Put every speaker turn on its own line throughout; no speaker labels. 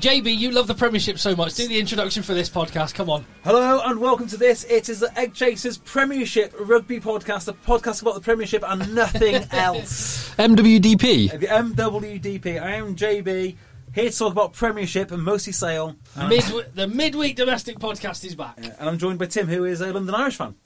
JB, you love the Premiership so much. Do the introduction for this podcast. Come on.
Hello and welcome to this. It is the Egg Chasers Premiership Rugby Podcast, a podcast about the Premiership and nothing else.
MWDP.
the MWDP. I am JB, here to talk about Premiership and mostly Sale. And, uh,
Mid- the midweek domestic podcast is back.
and I'm joined by Tim, who is a London Irish fan.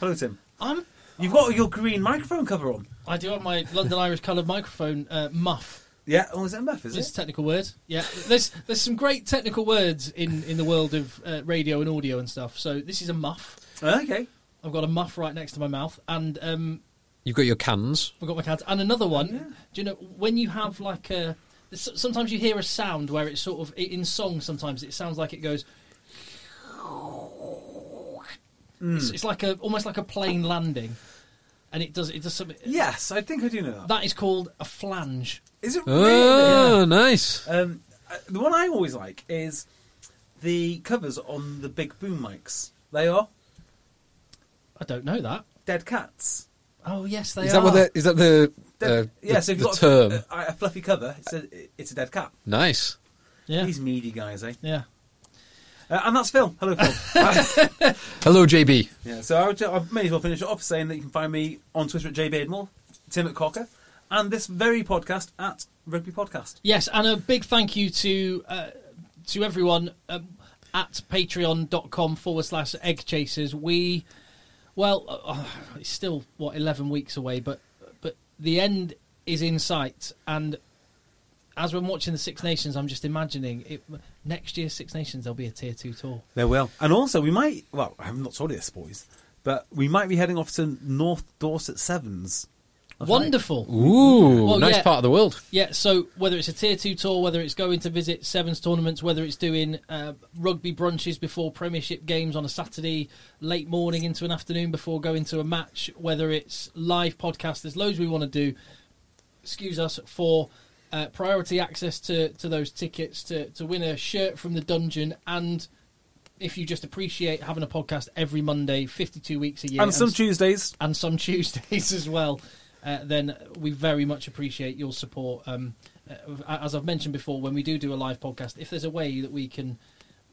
Hello, Tim.
I'm,
You've got your green microphone cover on.
I do have my London Irish coloured microphone uh, muff.
Yeah, oh, is it MF, is
It's a
it?
technical word. Yeah, there's there's some great technical words in, in the world of uh, radio and audio and stuff. So this is a muff.
Uh, Okay.
I've got a muff right next to my mouth, and um,
You've got your cans.
I've got my cans. And another one. Do you know when you have like a? there's so- Sometimes you hear a sound where it's sort of i- in song. Sometimes it sounds like it goes.
Hmm.
It's, it's like a almost like a plane landing, and it does it does something.
Yes, I think I do know that.
That is called a flange.
Is it really?
Oh, nice.
Um, uh, the one I always like is the covers on the big boom mics. They are
I don't know that.
dead cats.
Oh yes, they are.
Is that what the is that the
Dead-
uh,
yeah,
the,
so if
the
you've got
term?
A, uh, a, a fluffy cover, it's a, it's a dead cat.
nice.
yeah.
These meaty guys, eh?
yeah.
Uh, and that's Phil. Hello, Phil.
Hello, JB.
yeah, so I, would, I may as well finish it off saying that you can find me on Twitter at jbeardmore, Tim at Cocker, and this very podcast at Rugby Podcast.
Yes, and a big thank you to uh, to everyone um, at patreon.com forward slash egg chasers. We, well, uh, it's still, what, 11 weeks away, but, but the end is in sight. And as we're watching the Six Nations, I'm just imagining it, next year's Six Nations, there'll be a tier two tour.
There will. And also, we might, well, I'm not told you this, boys, but we might be heading off to North Dorset Sevens.
Wonderful.
Ooh,
Well,
nice
yeah.
part of the world.
Yeah, so whether it's a tier two tour, whether it's going to visit sevens tournaments, whether it's doing uh, rugby brunches before Premiership games on a Saturday late morning into an afternoon before going to a match, whether it's live podcasts, there's loads we want to do. Excuse us for uh, priority access to, to those tickets to to win a shirt from the dungeon and. If you just appreciate having a podcast every Monday, 52 weeks a year,
and some
s-
Tuesdays.
and some Tuesdays as well, uh, then we very much appreciate your support. Um, uh, as I've mentioned before, when we do do a live podcast, if there's a way that we can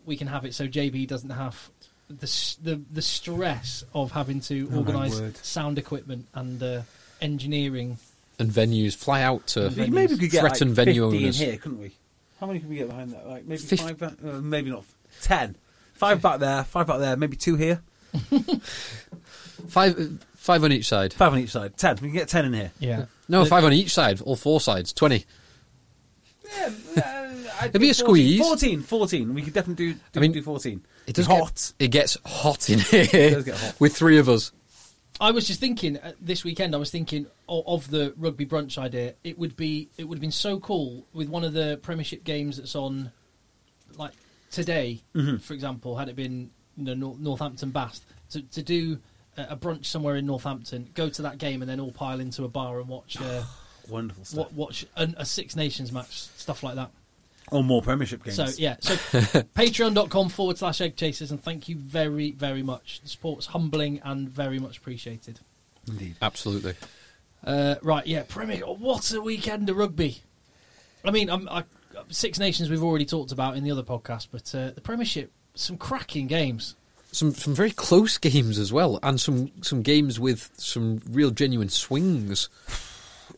we can have it so JB doesn't have the s- the, the stress of having to
my
organise
word.
sound equipment and uh, engineering.
And venues fly out to
We maybe we could get like
threaten
50
venue
in
owners.
here, couldn't we? How many could we get behind that? Like maybe
Fif-
five, back, uh, maybe not ten. Five back there, five back there, maybe two here,
Five, five on each side.
five on each side. Ten. We can get ten in here.
Yeah,
No, five on each side. All four sides. Twenty.
uh, It'd
be a squeeze.
14, 14. We could definitely do. do
I mean,
do fourteen.
It does
It's
get-
hot.
it gets hot in here
does get hot.
with three of us.
I was just thinking uh, this weekend. I was thinking of, of the rugby brunch idea. It would be it would have been so cool with one of the Premiership games that's on, like today, for example. Had it been you know Nor- Northampton Bath to to do a, a brunch somewhere in Northampton, go to that game, and then all pile into a bar and watch uh,
Wonderful stuff.
wa- watch an, a Six Nations match, stuff like that.
Or more Premiership games.
So yeah, so patreon.com forward slash egg chasers, and thank you very very much. The support's humbling and very much appreciated.
Indeed.
Absolutely.
Uh, right, yeah, Premier. What a weekend of rugby! I mean, I'm, I, Six Nations we've already talked about in the other podcast, but uh, the Premiership some cracking games.
Some some very close games as well, and some some games with some real genuine swings.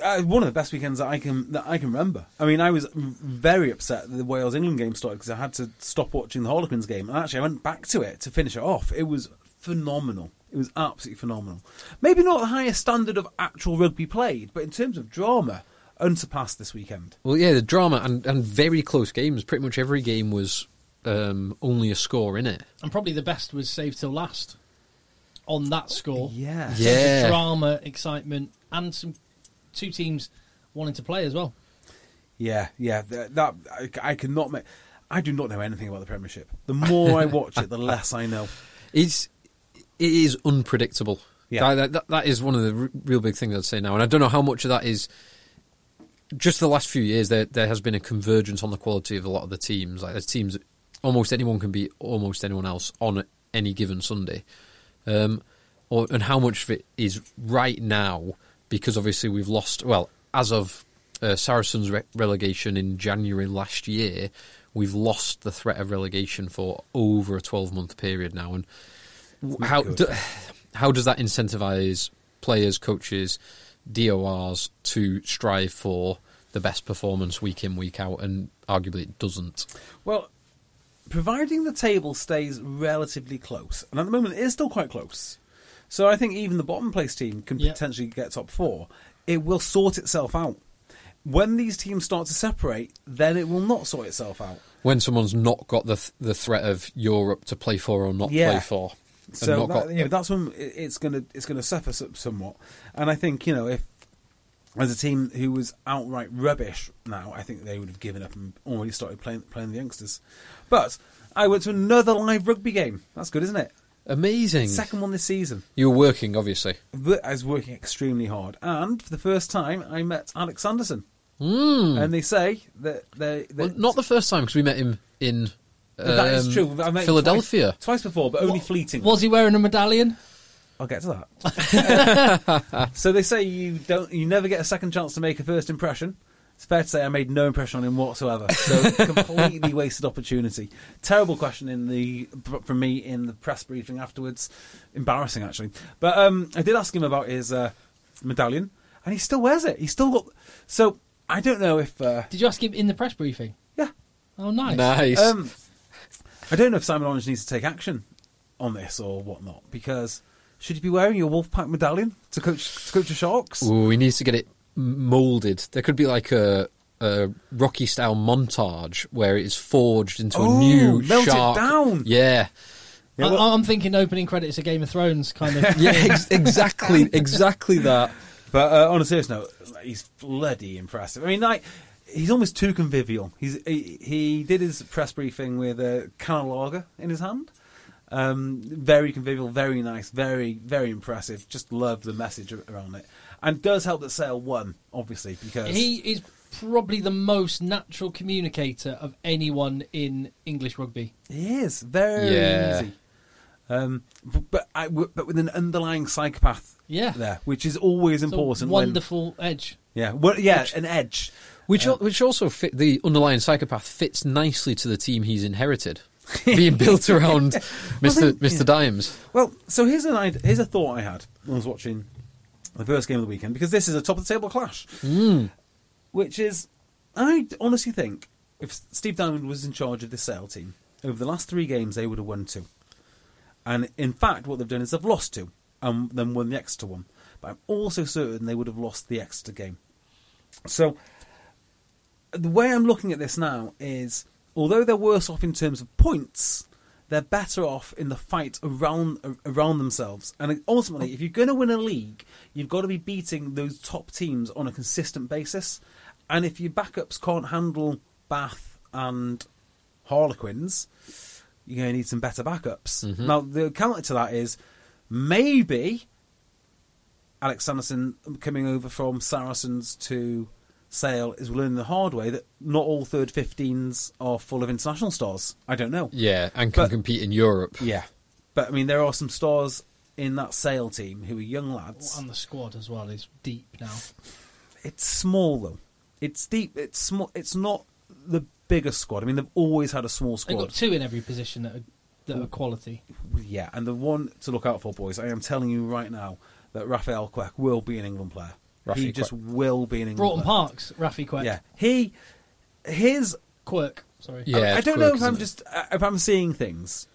uh, one of the best weekends that I can that I can remember. I mean, I was m- very upset that the Wales England game started because I had to stop watching the Harlequins game, and actually I went back to it to finish it off. It was phenomenal. It was absolutely phenomenal. Maybe not the highest standard of actual rugby played, but in terms of drama, unsurpassed this weekend.
Well, yeah, the drama and, and very close games. Pretty much every game was um, only a score in it.
And probably the best was Save Till Last on that score.
Yeah.
So the
Yeah.
Drama, excitement, and some two teams wanting to play as well.
Yeah, yeah. That, that I, I cannot make. I do not know anything about the Premiership. The more I watch it, the less I know.
It's it is unpredictable.
Yeah.
That, that, that is one of the r- real big things I'd say now, and I don't know how much of that is. Just the last few years, there there has been a convergence on the quality of a lot of the teams. Like there's teams, almost anyone can beat almost anyone else on any given Sunday, um, or and how much of it is right now because obviously we've lost. Well, as of uh, Saracens' re- relegation in January last year, we've lost the threat of relegation for over a 12 month period now, and how
good.
do, how does that incentivize players, coaches, DORs to strive for the best performance week in week out? And arguably, it doesn't.
Well, providing the table stays relatively close, and at the moment it is still quite close. So I think even the bottom place team can
Yeah.
potentially get top four. It will sort itself out. When these teams start to separate, then it will not sort itself out.
When someone's not got the th- the threat of Europe to play for or not
Yeah.
play for, and
So
not
that,
got-
you know, that's when it- it's going to it's going to suffer so- somewhat. And I think you know if as a team who was outright rubbish now, I think they would have given up and already started playing playing the youngsters. But I went to another live rugby game. That's good, isn't it?
amazing.
Second one this season.
you were working, obviously.
But I was working extremely hard, and for the first time, I met Alex Anderson. And they say that they, they
Hmm. Well, not the first time because we met him in
that is
um,
true. I met him
Philadelphia.
twice, twice before, but only fleeting.
Was he wearing a medallion?
I'll get to that. so they say you don't, you never get a second chance to make a first impression. It's fair to say I made no impression on him whatsoever. So completely wasted opportunity. Terrible question in the from me in the press briefing afterwards. Embarrassing actually. But um, I did ask him about his uh, medallion, and he still wears it. He still got. So I don't know if uh,
Did you ask him in the press briefing?
yeah.
Oh, nice.
Nice.
Um, I don't know if Simon Orange needs to take action on this or whatnot because should you be wearing your Wolfpack medallion to coach to coach the Sharks?
Ooh, he needs to get it molded. There could be like a, a Rocky style montage where it is forged into
Ooh,
a new
melt it
shark.
down.
Yeah,
Yeah,
I-
well-
I'm thinking opening credits of Game of Thrones, kind of.
yeah, ex- exactly, exactly that.
But uh, on a serious note, he's bloody impressive. I mean, like he's almost too convivial. He's he, he did his press briefing with a can of lager in his hand. Um, very convivial, very nice, very very impressive. Just love the message ar- around it, and does help that Sale won, obviously because
he is probably the most natural communicator of anyone in English rugby.
He is very
Yeah.
easy. Um, b- but I w but with an underlying psychopath,
Yeah.
there, which is always
It's a
important. when-
wonderful edge.
yeah, well, yeah, an edge.
Which al- which also fit the underlying psychopath fits nicely to the team he's inherited, being built around Mister
think-
Mister Dimes.
Well, so here's an idea, here's a thought I had when I was watching the first game of the weekend because this is a top of the table clash, which is I d- honestly think if S- Steve Diamond was in charge of the sale team over the last three games they would have won two, and in fact what they've done is they've lost two and then won the Exeter one, but I'm also certain they would have lost the Exeter game. So the way I'm looking at this now is, although they're worse off in terms of points, they're better off in the fight around ar- around themselves. And ultimately, if you're going to win a league, you've got to be beating those top teams on a consistent basis. And if your backups can't handle Bath and Harlequins, you're going to need some better backups. Now, the counter to that is maybe Alex Sanderson coming over from Saracens to Sale is learning the hard way that not all third 15s are full of international stars. I don't know.
Yeah, and can
But-
compete in Europe.
Yeah. But I mean, there are some stars in that Sale team who are young lads.
And the squad as well is deep now.
It's small though. It's deep. It's small. It's not the biggest squad. I mean, they've always had a small
They've
squad.
got two in every position that are that are quality.
Mm.
Yeah, and the one to look out for, boys. I am telling you right now that Raphael Queck will be an England player. he
Rafi
just
Quack.
will be an England
Broughton
player.
Parks, Rafi Quirk.
Yeah, he his
Quirk. Sorry.
Yeah.
I, I
it's
don't know
quirk,
if I'm
isn't it?
just uh, if I'm seeing things,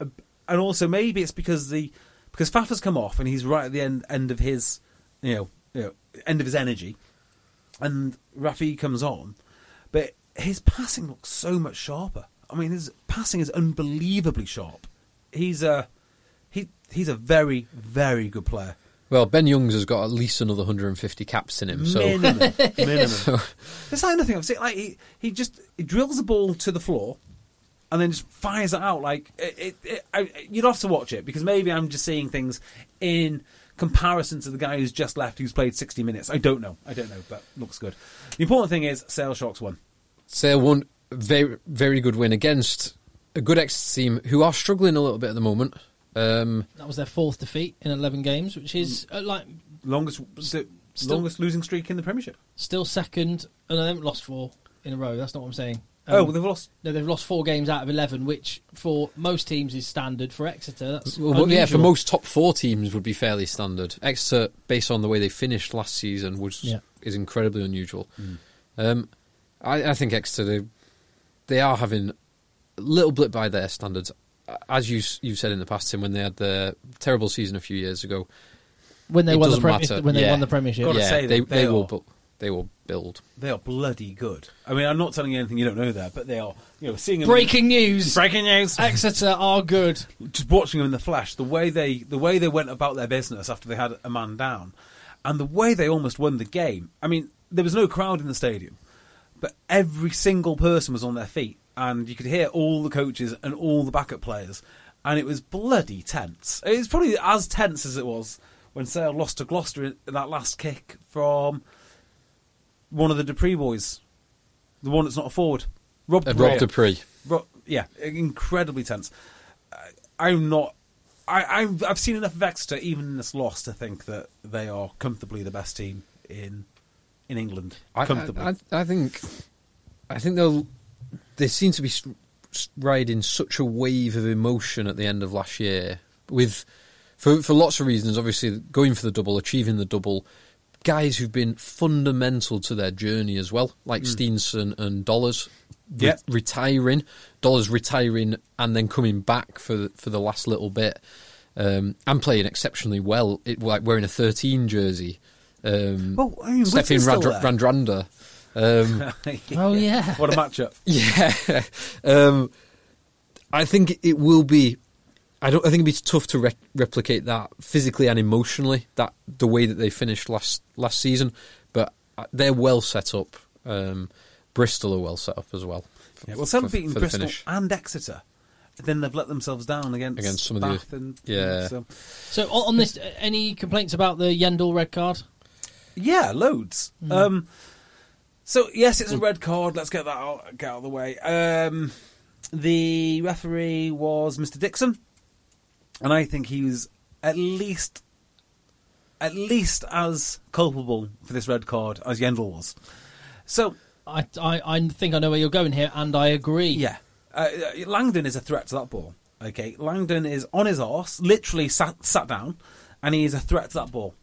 Uh, and also maybe it's because the because Fafa's come off and he's right at the end end of his you know, you know end of his energy, and Rafi comes on, but his passing looks so much sharper. I mean, his passing is unbelievably sharp. He's a he he's a very very good player.
Well, Ben Youngs has got at least another 150 caps in him, so
minimum, minimum. That's like nothing I've seen. Like he, he just he drills the ball to the floor, and then just fires it out. Like it, it, it, I, you'd have to watch it because maybe I'm just seeing things in comparison to the guy who's just left, who's played 60 minutes. I don't know. I don't know, but looks good. The important thing is Sale Sharks won.
Sale won a very very good win against a good Exeter team who are struggling a little bit at the moment. Um,
That was their fourth defeat in 11 games, which is
Mm.
uh, like
Longest
Still-
longest losing streak in the Premiership.
still second, and they haven't lost four in a row. That's not what I'm saying. Um,
oh, well, they've lost.
no, they've lost four games out of 11, which for most teams is standard. For Exeter, that's
well, well, yeah, for
unusual.
most top four teams would be fairly standard. Exeter, based on the way they finished last season, was
Yeah.
is incredibly unusual.
Hmm.
Um, I, I think Exeter they, they are having a little blip by their standards, as you s- you've said in the past, Tim, when they had the terrible season a few years ago.
when they
it
won the
doesn't
Prem-
matter.
when they
Yeah.
won the Premiership.
Gotta
yeah,
say that
they,
they
will
are-
bu- they will build.
They are bloody good. I mean, I'm not telling you anything you don't know there, but they are. You know, seeing them
Breaking news:
breaking news.
Exeter are good.
just watching them in the flesh, the way they the way they went about their business after they had a man down, and the way they almost won the game. I mean, there was no crowd in the stadium, but every single person was on their feet, and you could hear all the coaches and all the backup players, and it was bloody tense. It was probably as tense as it was when Sale lost to Gloucester in that last kick from one of the Dupree boys, the one that's not a forward, Rob
Uh,
Dupree.
Rob Dupree.
Ro- yeah, incredibly tense. I- I'm not. I, I'm, I've seen enough of Exeter, even in this loss, to think that they are comfortably the best team in in England.
I,
comfortably.
I, I, I think, I think they'll. They seem to be s- s- riding such a wave of emotion at the end of last year, with for for lots of reasons. Obviously, going for the double, achieving the double, guys who've been fundamental to their journey as well, like Steenson and Dollars. re-
Yeah.
retiring, Dollars retiring, and then coming back for the- for the last little bit, um, and playing exceptionally well. It like wearing a thirteen jersey, um,
Well, I mean,
stepping
Whitty's still
Randra-
there.
Randrander. Um,
Oh, yeah.
What a matchup!
yeah, um, I think it will be. I don't. I think it'd be tough to re- replicate that physically and emotionally. That the way that they finished last last season, but uh, they're well set up. Um, Bristol are well set up as well. f-
Yeah, well, some
for-
beaten
for the
Bristol
finish.
and Exeter, but then they've let themselves down against
Against some of the-
Bath and
yeah.
so-
So on on this, uh, any complaints about the Yendall red card?
Yeah, loads. Um, so yes, it's a red card. Let's get that out, get out of the way. Um, the referee was Mr. Dixon, and I think he was at least at least as culpable for this red card as Yendel was. So
I, I, I think I know where you're going here, and I agree.
yeah, uh, uh, Langdon is a threat to that ball. Okay, Langdon is on his arse, literally sat sat down, and he is a threat to that ball.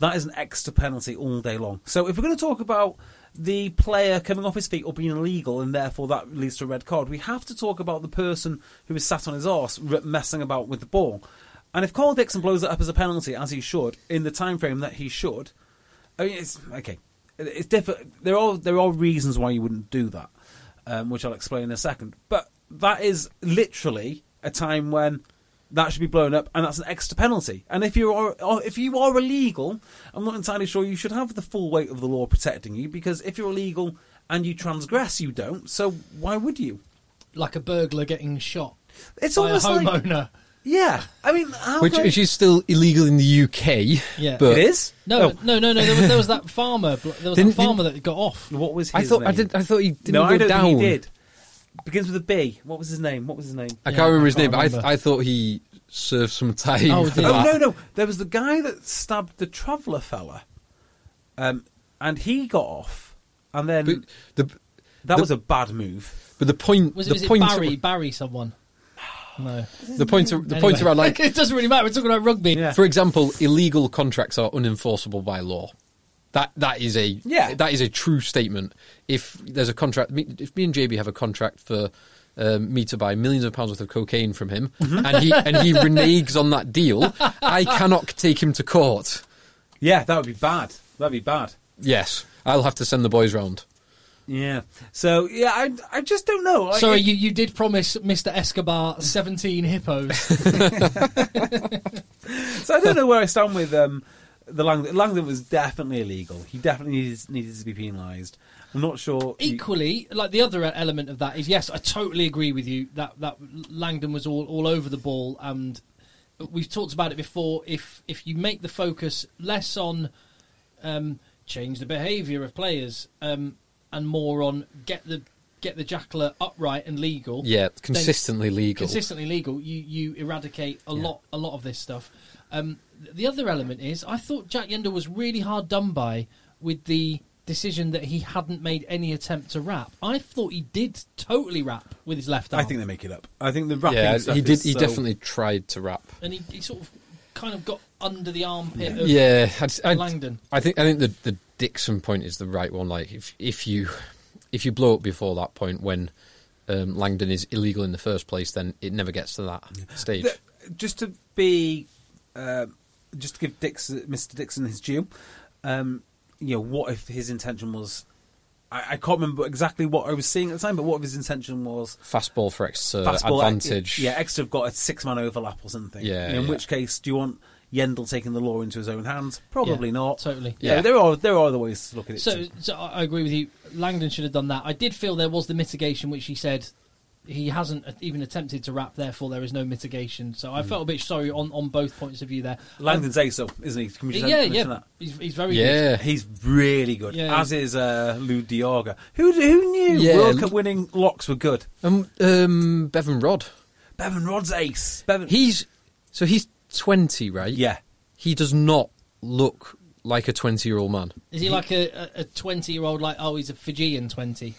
That is an extra penalty all day long. So if we're going to talk about the player coming off his feet or being illegal, and therefore that leads to a red card, we have to talk about the person who is sat on his arse r- messing about with the ball. And if Carl Dixon blows it up as a penalty, as he should, in the time frame that he should, I mean, it's okay. It- It's different. There are there are reasons why you wouldn't do that, um, which I'll explain in a second. But that is literally a time when that should be blown up, and that's an extra penalty. And if you are or if you are illegal, I'm not entirely sure you should have the full weight of the law protecting you because if you're illegal and you transgress, you don't. So why would you?
Like a burglar getting shot
It's
by a
almost like
homeowner.
yeah. I mean, how
Which,
can-
which is still illegal in the UK.
Yeah.
but
it is.
No,
Oh,
no, no, no. There was, there was that farmer. bl- There was
Didn't-
that farmer that got off.
what was his
I thought I
name?
did. I thought he didn't
no,
go
I don't
down.
think he did. Begins with a B. What was his name? What was his name?
I
Yeah,
can't remember his
I can't
name, but I, th-
remember.
I thought he served some time.
Oh, did
for
he?
that.
Oh no, no, there was the guy that stabbed the traveller fella, um, and he got off, and then
Mm.
But the
that
the-
was a bad move.
But the point,
Was it,
the
was it
point,
Barry? Barry, someone. No.
The point, the point
Anyway.
around like
it doesn't really matter. We're talking about rugby.
Yeah.
For example, illegal contracts are unenforceable by law. That that is a
Yeah.
that is a true statement. If there's a contract, me, if me and JB have a contract for um, me to buy millions of pounds worth of cocaine from him,
Mm-hmm.
and he and he reneges on that deal, I cannot take him to court.
Yeah, that would be bad. That'd be bad.
Yes, I'll have to send the boys round.
Yeah. So yeah, I I just don't know. Like,
Sorry,
it-
you, you did promise Mr. Escobar 17 hippos.
so I don't know where I stand with um, the Langdon. Langdon was definitely illegal. He definitely needed, needed to be penalised. I'm not sure. you-
Equally, like the other element of that is, yes, I totally agree with you that that Langdon was all, all over the ball, and we've talked about it before. If if you make the focus less on um, change the behaviour of players um, and more on get the get the jackler upright and legal,
Yeah,
then-
consistently legal.
consistently legal, you you eradicate a lot a lot of this stuff. Um, th- the other element is I thought Jack Yender was really hard done by with the decision that he hadn't made any attempt to rap. I thought he did totally rap with his left arm.
I think they make it up. I think the rapping.
yeah,
stuff
he did.
is
He
so-
definitely tried to rap.
and he, he sort of kind of got under the armpit of
yeah, I'd- I'd-
Langdon.
I think I think the the Dixon point is the right one. Like if if you if you blow up before that point when um, Langdon is illegal in the first place, then it never gets to that stage.
Th- just to be, uh, just to give Dix, Mr. Dixon his due. Um, you know, what if his intention was? I, I can't remember exactly what I was seeing at the time, but what if his intention was
Fastball for extra
fastball
Uh,
uh,
advantage.
yeah, Exeter have got a six-man overlap or something.
Yeah,
In
yeah.
which case, do you want Yendel taking the law into his own hands? Probably
Yeah,
not.
totally.
Yeah,
Yeah.
there are there are other ways to look at it.
So,
too.
so I I agree with you. Langdon should have done that. I did feel there was the mitigation, which he said he hasn't even attempted to rap. Therefore, there is no mitigation. So I
Hmm.
felt a bit sorry on, on both points of view there. Um,
Langdon's ace, though, isn't he? Can we just
yeah,
mention
yeah,
that?
he's, he's very good.
yeah.
He's really good,
Yeah.
as is uh, Lou Diaga. Who who knew
Yeah.
World Cup winning locks were good?
Um, um, Bevan Rod.
Bevan Rod's ace. Bevan,
He's so he's twenty, right?
yeah,
He does not look like a twenty-year-old man.
Is he like a a twenty year old? Like oh, he's a Fijian twenty.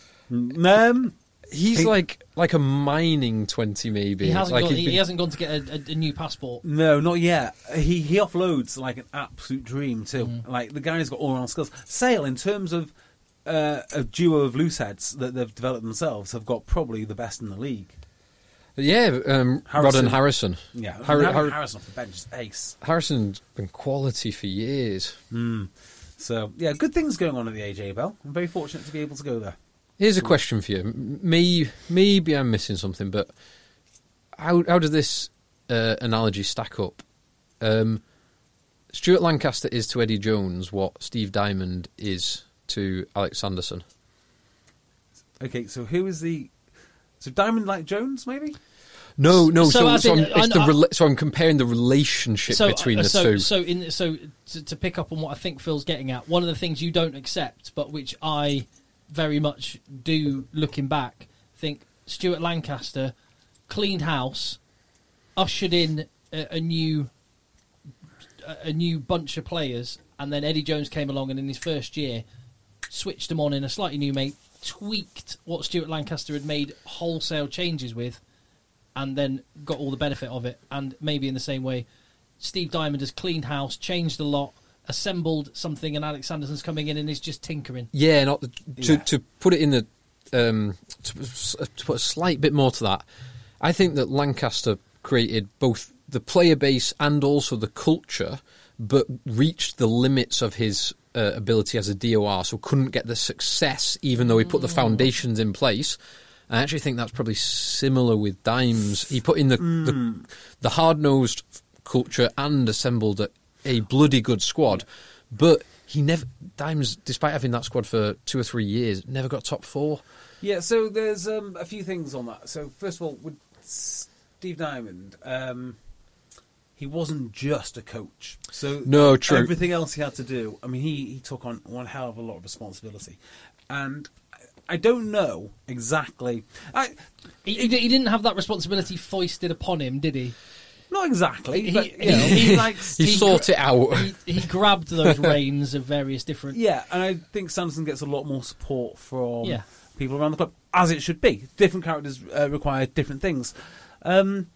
um,
He's
He-
like like a mining twenty, maybe.
He hasn't
like
gone,
he's
he,
been-
hasn't gone to get a, a, a new passport.
no, not yet. He he offloads like an absolute dream too. Like the guy's got all round skills. Sale in terms of uh, a duo of loose heads that they've developed themselves have got probably the best in the league.
Yeah, um, Rod
Harrison.
and Harrison.
Yeah,
Har-
having
Har-
Harrison off the bench is ace.
Harrison's been quality for years.
So yeah, good things going on at the AJ Bell. I'm very fortunate to be able to go there.
Here's a question for you. M- May, maybe I'm missing something, but how how does this uh, analogy stack up? Um, Stuart Lancaster is to Eddie Jones what Steve Diamond is to Alex Sanderson.
Okay, so who is the so Diamond Like Jones maybe?
No, no.
so
So, so,
as in-
I'm, it's the
I-
rela- so I'm comparing the relationship between
uh,
the
so,
two.
So, in, so to, to pick up on what I think Phil's getting at, one of the things you don't accept, but which I very much do, looking back, think Stuart Lancaster cleaned house, ushered in a, a new a, a new bunch of players, and then Eddie Jones came along and in his first year switched them on in a slightly new mate, tweaked what Stuart Lancaster had made wholesale changes with, and then got all the benefit of it. And maybe in the same way, Steve Diamond has cleaned house, changed a lot, assembled something, and Alex Sanderson's coming in and is just tinkering.
Yeah, not to
Yeah.
to put it in the um, to, to put a slight bit more to that. I think that Lancaster created both the player base and also the culture, but reached the limits of his uh, ability as a DOR, so couldn't get the success, even though he put the foundations in place. I actually think that's probably similar with Dimes. He put in the the, the hard nosed culture and assembled a, a bloody good squad, but he never Dimes, despite having that squad for two or three years, never got top four.
Yeah, so there's um, a few things on that. So first of all, with Steve Diamond, um, he wasn't just a coach. So um,
No, true.
Everything else he had to do. I mean, he he took on one hell of a lot of responsibility, and I- I don't know exactly. I
He, he, he didn't have that responsibility foisted upon him, did he?
not exactly,
He-
but
he-
you know, he likes.
He, sought it out.
He, he grabbed those reins of various different.
Yeah, and I think Sanderson gets a lot more support from
Yeah.
people around the club, as it should be. Different characters uh, require different things. Um,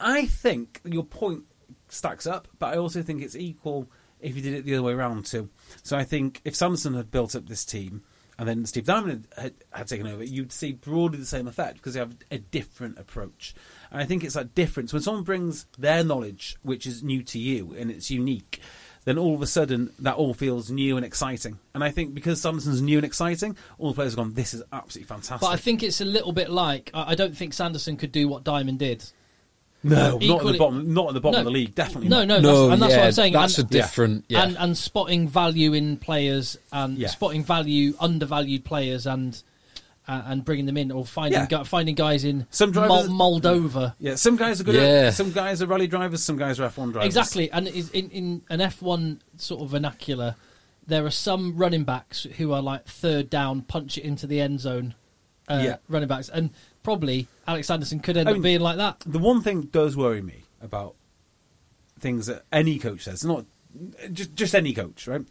I think your point stacks up, but I also think it's equal if you did it the other way around too. So I think if Samson had built up this team and then Steve Diamond had, had, had taken over, you'd see broadly the same effect because they have a different approach. And I think it's that difference when someone brings their knowledge, which is new to you and it's unique. Then all of a sudden, that all feels new and exciting. And I think because Samson's new and exciting, all the players have gone, this is absolutely fantastic.
But I think it's a little bit like I I don't think Sanderson could do what Diamond did.
No, not at
Equally-
the bottom. Not at the bottom
No.
of the league. Definitely.
No, no,
not.
No,
that's, and that's
yeah,
what I'm saying.
that's
and,
a different- yeah.
and and spotting value in players and
Yeah.
spotting value undervalued players and uh, and bringing them in or finding
Yeah.
gu- finding guys in
Some drivers-
Mol- Moldova.
Yeah, some guys are good.
Yeah.
At, some guys are rally drivers. Some guys are F1 drivers.
Exactly, and is- in, in an F1 sort of vernacular, there are some running backs who are like third down, punch it into the end zone, uh,
Yeah.
running backs, and probably Alex Anderson could end
I
up
mean-
being like that.
The one thing that does worry me about things that any coach says, not just just any coach, right,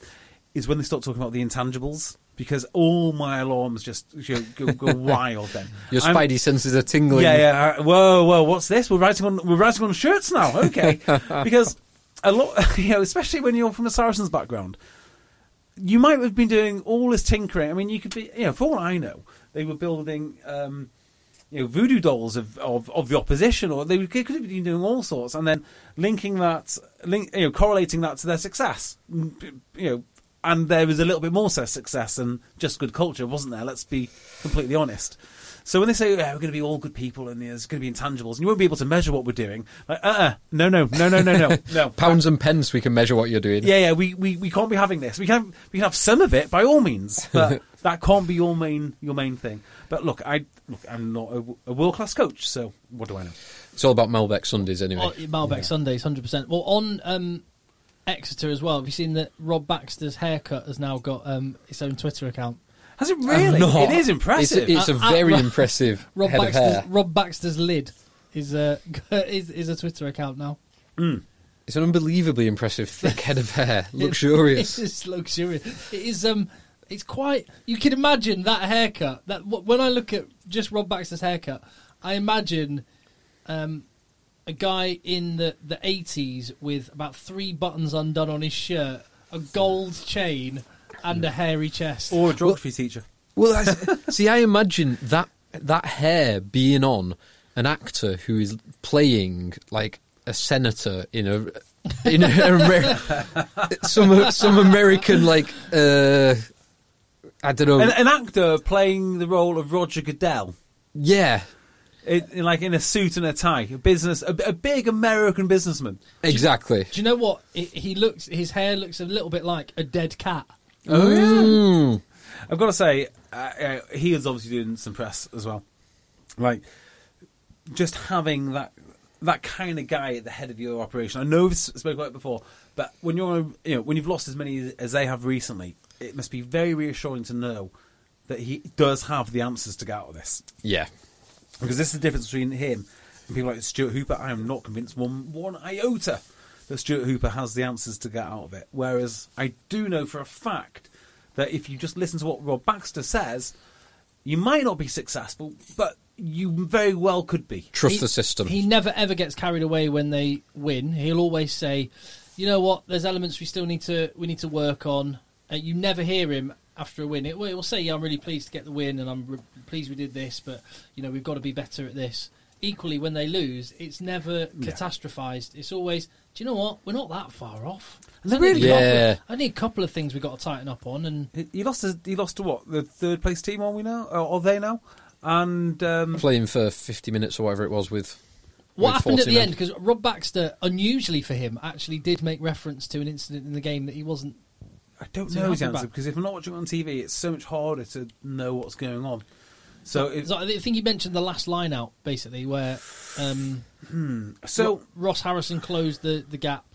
is when they start talking about the intangibles. Because all my alarms just you know, go, go wild. Then
Your
I'm-
spidey senses are tingling.
Yeah, yeah. uh, Whoa, whoa. What's this? We're writing on we're writing on shirts now. Okay, because a lot, you know, especially when you're from a Saracens background, you might have been doing all this tinkering. I mean, you could be, you know, for all I know, they were building, um, you know, voodoo dolls of, of, of the opposition, or they could could have been doing all sorts, and then linking that, link, you know, correlating that to their success, Mm, you know. And there was a little bit more su- success and just good culture, wasn't there? Let's be completely honest. So when they say yeah, we're going to be all good people and there's going to be intangibles, and you won't be able to measure what we're doing, like uh, uh no, no, no, no, no, no, no,
Pounds and pence, we can measure what you're doing.
yeah, yeah, we, we, we can't be having this. We can have, we can have some of it by all means, but that can't be your main your main thing. But look, I look, I'm not a, world class coach, so what do I know?
It's all about Melbeck Sundays anyway.
Oh, Malbec Sundays, hundred percent. Well, on um, Exeter as well. Have you seen that Rob Baxter's haircut has now got um, its own Twitter account?
Has it really? It
Not.
is impressive.
It's, it's a
Uh, uh,
very
Rob-
impressive
Rob
head of hair.
Baxter's, Rob Baxter's lid is a is, is a Twitter account now.
It's an unbelievably impressive thick head of hair,
It's
luxurious.
just luxurious. It is um. It's quite. You can imagine that haircut. That wh- when I look at just Rob Baxter's haircut, I imagine um, a guy in the the eighties with about three buttons undone on his shirt, a gold chain, and a hairy chest.
Uh, or a geography teacher.
well, I, see, I imagine that that hair being on an actor who is playing like a senator in a in a, Ameri- some some American like uh, I don't know,
An, an actor playing the role of Roger Goodell,
yeah,
it, like in a suit and a tie, a business, a, a big American businessman.
exactly.
Do you know what? It, he looks. His hair looks a little bit like a dead cat.
Oh
Mm.
I've got to say, uh, uh, he is obviously doing some press as well. Like, just having that that kind of guy at the head of your operation. I know we've s- spoke about it before, but when you're you know when you've lost as many as they have recently, it must be very reassuring to know that he does have the answers to get out of this.
Yeah,
Because this is the difference between him and people like Stuart Hooper. I am not convinced one one iota that Stuart Hooper has the answers to get out of it. Whereas I do know for a fact that if you just listen to what Rob Baxter says, you might not be successful, but you very well could be.
trust
He-
the system.
He never ever gets carried away when they win. He'll always say, "You know what? There's elements we still need to we need to work on." Uh, you never hear him after a win. It, well, he'll say, "Yeah, I'm really pleased to get the win, and I'm re- pleased we did this, but you know we've got to be better at this." Equally, when they lose, it's never catastrophised. It's always, "Do you know what? We're not that far off." I need a
Really?
couple-
Yeah.
I need a couple of things we've got to tighten up on, and
He- He lost. To, he lost to what the third place team? Are we now? Are are they now? And um,
playing for 50 minutes or whatever it was with.
What
with
happened at
40
the
men.
end? Because Rob Baxter, unusually for him, actually did make reference to an incident in the game that he wasn't.
I don't
So
know his
nothing
answer
back.
because if I'm not watching it on TV, it's so much harder to know what's going on. So, it,
So I think he mentioned the last line out, basically, where um,
so
Ro- Ross Harrison closed the, the gap.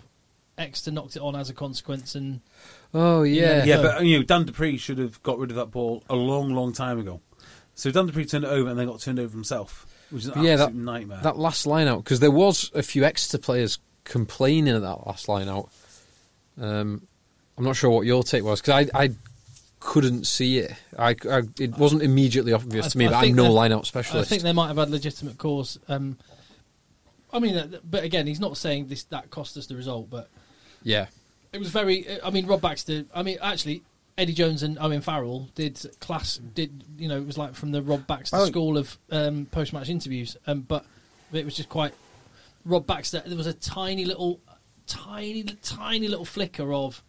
Exeter knocked it on as a consequence, and
Oh, yeah.
Yeah,
So-
but you know, Dan Dupree should have got rid of that ball a long, long time ago. So Dan Dupree turned it over and then got turned over himself, which is an
yeah,
absolute
that,
nightmare.
that last line out, because there was a few Exeter players complaining at that last line out. Um, I'm not sure what your take was, because I, I couldn't see it. I, I- it wasn't immediately obvious
I-
to me,
I
but
think
I'm no
that-
line out
I
specialist.
think they might have had legitimate cause. Um, I mean, uh, but again, he's not saying this that cost us the result, but
Yeah.
it was very. uh, I mean, Rob Baxter. I mean, actually, Eddie Jones and Owen Farrell did class. Did you know? It was like from the Rob Baxter
Oh.
school of um, post-match interviews. Um, but it was just quite Rob Baxter. There was a tiny little, tiny, tiny little flicker of.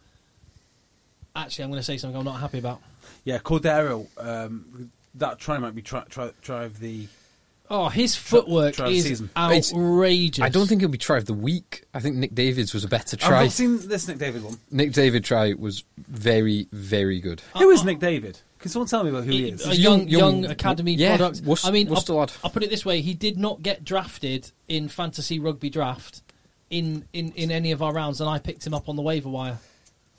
Actually, I'm going to say something I'm not happy about.
Yeah, Cordero. Um, that try might be try try, try of the.
Oh, his footwork
try of the
is
season.
It's-
outrageous.
I don't think it'll be try of the week. I think Nick Davids was a better
I've
try.
not seen this Nick David one.
Nick David try was very, very good.
Who is Nick David? Uh-uh. Can someone tell me about who he
E, a
is?
young,
Young-
young,
young-
academy
yeah,
product.
Wus-
I mean,
Worcester
I'll,
lad.
I'll put it this way: he did not get drafted in fantasy rugby draft in, in, in any of our rounds, and I picked him up on the waiver wire.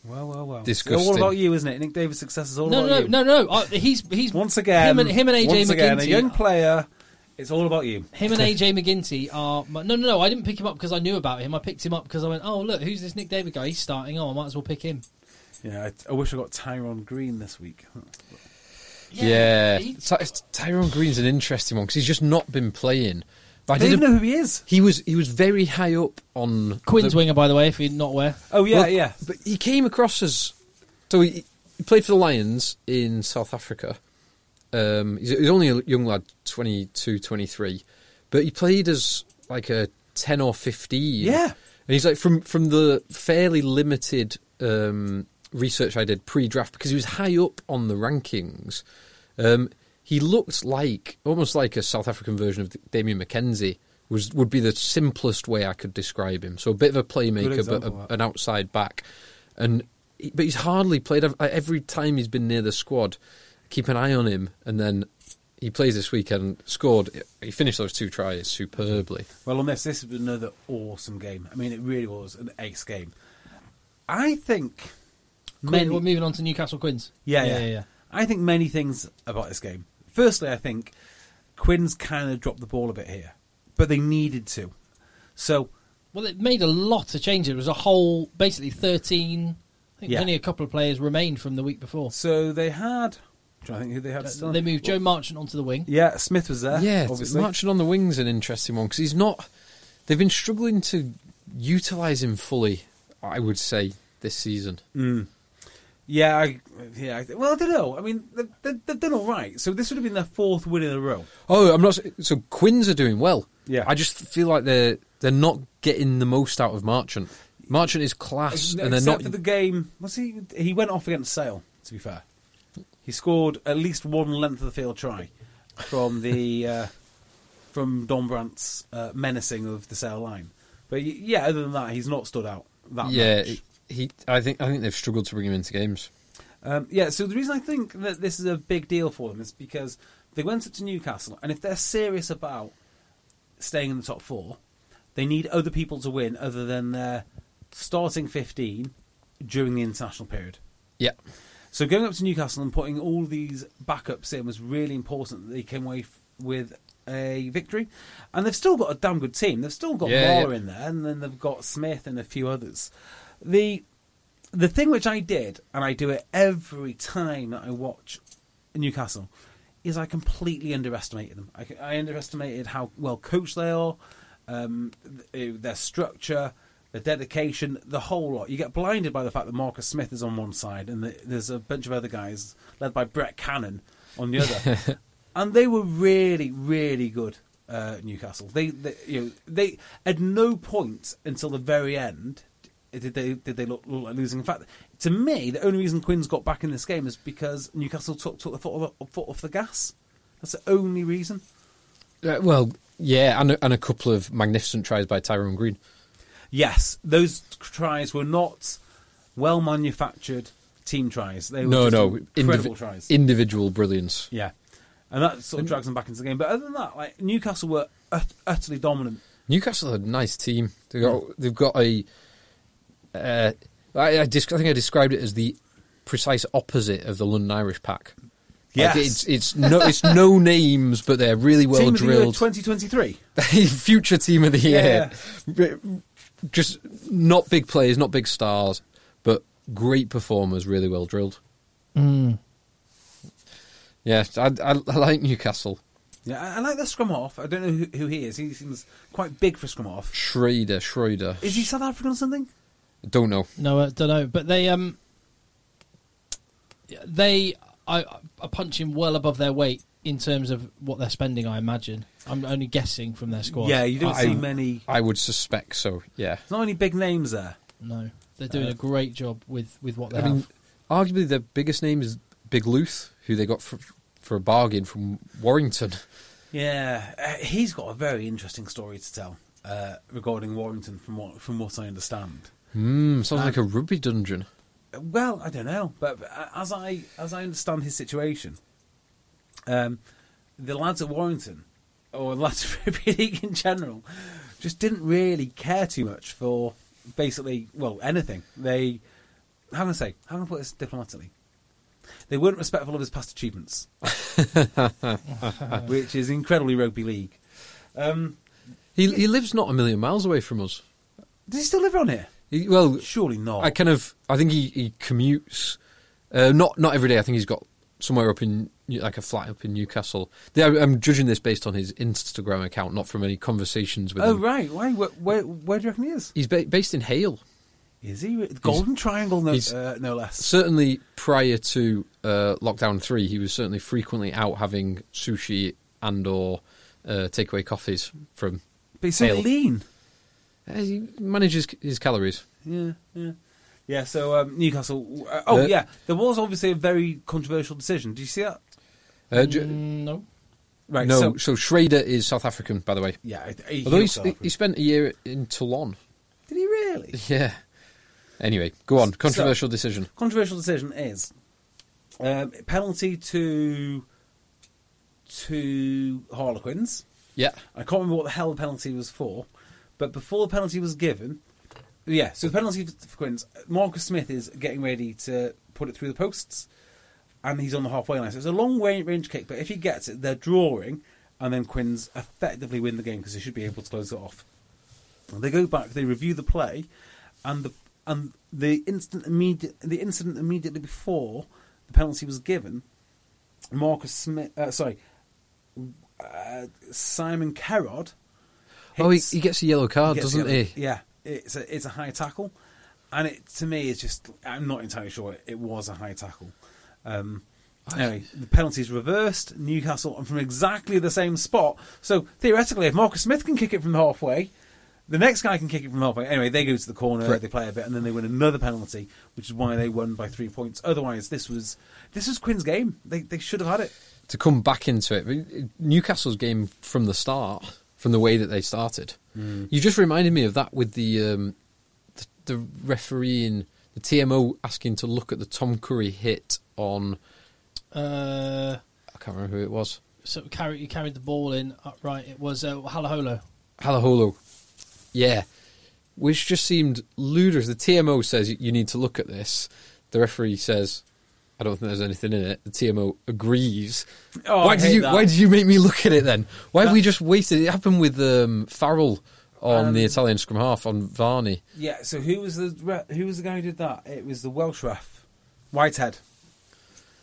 Well, well, well.
Disgusting.
It's all about you, isn't it? Nick David's success is all
No,
about
no,
you.
no, no, no. I- he's he's
Once again,
him and him and AJ
once
McGinty.
again, a young player. It's all about you.
him and AJ McGinty are my, no, no, no. I didn't pick him up because I knew about him. I picked him up because I went, oh look, who's this Nick David guy? He's starting. Oh, I might as well pick him.
Yeah, I, I wish I got Tyrone Green this week.
Yeah,
he-
Ty- Tyrone Green's an interesting one because he's just not been playing. But I
I don't
did.
even
not
know who he is.
he was he was very high up on
Quinn's
the-
winger, by the way, if you're not aware.
Oh yeah,
Well,
yeah.
But he came across as so he, he played for the Lions in South Africa. Um, he's, he's only a young lad, 22, 23, but he played as like a ten or fifteen.
Yeah.
and he's like from from the fairly limited um, research I did pre-draft because he was high up on the rankings. Um, he looked like almost like a South African version of Damien McKenzie. Was, would be the simplest way I could describe him. So a bit of a playmaker, but
example,
a,
that.
an outside back, and he- but he's hardly played. I've- I- Every time he's been near the squad, keep an eye on him, and then he plays this weekend. Scored. He finished those two tries superbly.
Well, on this, this was another awesome game. I mean, it really was an ace game. I think
Quinn, we're moving on to Newcastle Quinns.
Yeah,
yeah,
yeah, I think many things about this game. Firstly, I think Quinn's kind of dropped the ball a bit here, but they needed to. So,
Well, it made a lot of changes. It was a whole, basically 13. I think
Yeah.
only a couple of players remained from the week before.
so they had. Do I think who they had? still?
Uh, They moved Joe Marchant onto the wing.
Yeah, Smith was there.
yeah,
obviously.
marching on the wings an interesting one because he's not. They've been struggling to utilize him fully. I would say this season.
Mm. Yeah, I, yeah. I, well, I don't know. I mean, they've, they've, they've done all right. So this would have been their fourth win in a row.
Oh, I'm not. s- So Quins are doing well.
Yeah.
I just feel like they're they're not getting the most out of Marchant. Marchant is class, and they're
Except
not.
for the game. Was he? He went off against Sale. To be fair, he scored at least one length of the field try from the uh, from Don Brandt's uh, menacing of the Sale line. But y- yeah, other than that, he's not stood out. That
yeah,
much.
it- he. I think I think they've struggled to bring him into games.
Um, yeah, so the reason I think that this is a big deal for them is because they went up to Newcastle, and if they're serious about staying in the top four, they need other people to win other than their starting 15 during the international period.
Yeah,
So going up to Newcastle and putting all these backups in was really important that they came away f- with a victory. And they've still got a damn good team. They've still got
Yeah,
Mara
yeah.
in there, and then they've got Smith and a few others. The the thing which I did, and I do it every time that I watch Newcastle, is I completely underestimated them. I, I underestimated how well coached they are, um, th- eh, their structure, their dedication, the whole lot. You get blinded by the fact that Marcus Smith is on one side and that there's a bunch of other guys led by Brett Cannon on the other. and they were really, really good. Uh, Newcastle. They, they, you know, they at no point until the very end did they did they look, look like losing? In fact, to me, the only reason Quinn's got back in this game is because Newcastle took took the foot off, the- foot off the gas. That's the only reason.
Uh, well, yeah, and a, and a couple of magnificent tries by Tyrone Green.
Yes, those tries were not well manufactured team tries. They were
No,
just
no,
incredible
indivi-
tries.
individual brilliance.
yeah, and that sort of drags them back into the game. But other than that, like Newcastle were ut- utterly dominant.
Newcastle are a nice team. They got they've got a. Uh, I, I, dis- I think I described it as the precise opposite of the London Irish pack.
Yes.
Like it's it's no it's no names, but they're really well
team
drilled.
Twenty twenty three.
future team of the year.
Yeah.
But Just not big players, not big stars, but great performers, really well
Mm.
drilled. Yes, I, I, I like Newcastle.
Yeah, I, I like the scrum half. I don't know who, who he is. He seems quite big for scrum half.
Schrader, Schrader.
Is he South African or something?
Don't know.
No, I don't know. But they um, they I, are punching well above their weight in terms of what they're spending. I imagine. I'm only guessing from their squad.
Yeah, you don't
I-
see many.
I would suspect so. Yeah.
There's not many big names there.
No, they're doing
Uh,
a great job with with what they
I mean,
have.
arguably their biggest name is Big Luth, who they got for, for a bargain from Warrington.
Yeah, uh, he's got a very interesting story to tell uh, regarding Warrington, from what from what I understand.
Hmm,
Ah.
sounds like a rugby dungeon.
Uh, Well, I don't know, but uh, as I as I understand his situation, um, the lads at Warrington, or the lads of rugby league in general, just didn't really care too much for basically well anything. They how can I say how can I put this diplomatically? They weren't respectful of his past achievements, which is incredibly rugby league. Um,
He, he lives not a million miles away from us.
Does he still live on here?
He, well,
Surely not.
I kind of I think he, he commutes, uh, not not every day. I think he's got somewhere up in New- like a flat up in Newcastle. They, I'm judging this based on his Instagram account, not from any conversations with
oh
him.
right, why? Where, where, where do you reckon he is?
He's ba- based in Hale.
Is he Golden Triangle? No,
he's-
uh, no less.
Certainly prior to uh, lockdown three, he was certainly frequently out having sushi and or uh, takeaway coffees from.
But he's so
Hale.
lean.
Uh, he manages c- his calories.
Yeah, yeah, yeah. So um, Newcastle. Uh, oh
Uh,
yeah, there was obviously a very controversial decision. Do you see that?
Uh, ju-
Mm, no,
Right.
no, so,
So,
Schrader is South African, by the way.
yeah. he- He,
Although
he
he's,
also-
he, he spent a year in Toulon.
did he really?
Yeah. Anyway, go on.
So-
Controversial decision.
Controversial decision is um, penalty to to Harlequins.
Yeah.
I can't remember what the hell the penalty was for, but before the penalty was given, yeah, so the penalty for, for Quinns, Marcus Smith is getting ready to put it through the posts, and he's on the halfway line. So it's a long range, range kick, but if he gets it, they're drawing, and then Quinns effectively win the game because they should be able to close it off. And they go back, they review the play, and the and the instant immediate the incident immediately before the penalty was given, Marcus Smith, uh, sorry, uh, Simon Kerrod.
Oh, he,
hits-
he gets a yellow card,
gets
doesn't
the other-
he?
Yeah, it's a it's a high tackle, and it to me is just I'm not entirely sure it, it was a high tackle. Um, anyway, the penalty's reversed. Newcastle and from exactly the same spot. So theoretically, if Marcus Smith can kick it from halfway. The next guy can kick it from halfway. Anyway, they go to the corner,
Correct.
they play a bit, and then they win another penalty, which is why they won by three points. Otherwise, this was this was Quinn's game. They they should have had it.
To come back into it. uh, Newcastle's game from the start, from the way that they started. You just reminded me of that with the, um, the, the referee in the TMO asking to look at the Tom Curry hit on.
uh,
I can't remember who it was.
so carry, you carried the ball in upright. It was uh, Halaholo.
Halaholo. Yeah. Which just seemed ludicrous. The TMO says you need to look at this. The referee says, I don't think there's anything in it. The TMO agrees.
Oh, I
why did
hate
you
that.
why did you make me look at it then? Why have
That-
we just wasted it happened with um, Farrell on
Um,
the Italian scrum half on Varney.
Yeah. So who was the re- who was the guy who did that? It was the Welsh ref, Whitehead,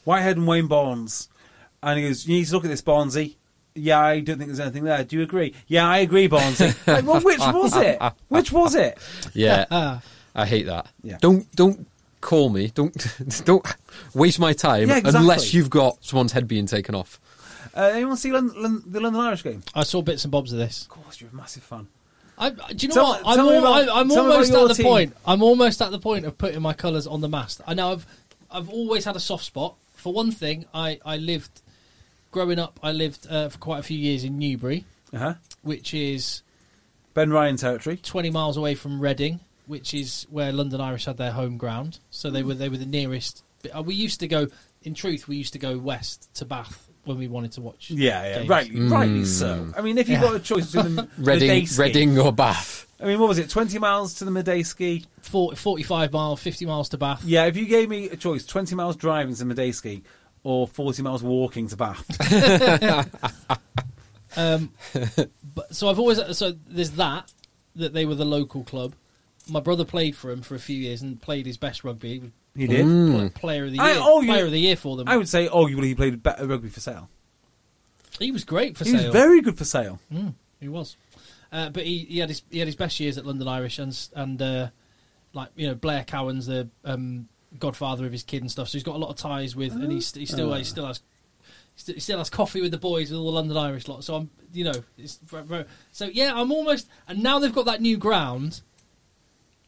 Whitehead and Wayne Barnes, and he goes, "You need to look at this, Barnsey." Yeah, I don't think there's anything there. Do you agree? Yeah, I agree, Barnsey. like, well, which was it? Which was it?
Yeah. I hate that.
Yeah.
Don't don't call me. Don't don't waste my time
Yeah, exactly.
unless you've got someone's head being taken off.
Uh, anyone see Lon- Lon- the London Irish game?
I saw bits and bobs of this.
Of course, you're a massive fan.
I, I- do you know
Tell-
what?
tell
I'm,
me
al-
about-
I, I'm
tell me
almost
about
at
your
the
team.
point. I'm almost at the point of putting my colours on the mast. I know I've I've always had a soft spot for one thing. I I lived growing up. I lived uh, for quite a few years in Newbury,
Uh huh.
which is
Ben Ryan territory.
20 miles away from Reading, which is where London Irish had their home ground. So
Hmm.
they were they were the nearest. but, uh, We used to go. In truth, we used to go west to Bath when we wanted to watch.
Yeah, yeah,
games.
rightly, rightly so. I mean, if you've
Yeah.
got a choice between the, the day
Reading
ski-
Reading or Bath.
I mean, what was it? Twenty miles to the midday ski.
40, 45 miles, 50 miles to Bath.
Yeah, if you gave me a choice, 20 miles driving to Medeski or 40 miles walking to Bath.
Um, but so I've always so there's that that they were the local club. My brother played for him for a few years and played his best rugby. He was
He did.
player of the year,
I- oh, you-
player of the year for them.
uh, I would say arguably he played better rugby for sale.
He was great for
He was
sale.
very good for sale.
Mm, he was, uh, but he, he had his he had his best years at London Irish and s- and uh, like you know Blair Cowan's the um, godfather of his kid and stuff. So he's got a lot of ties with, and he's, he still
Ah.
he still has. he st- He still has coffee with the boys with all the London Irish lot, so I'm, you know, it's ver- ver- so yeah, I'm almost. And now they've got that new ground,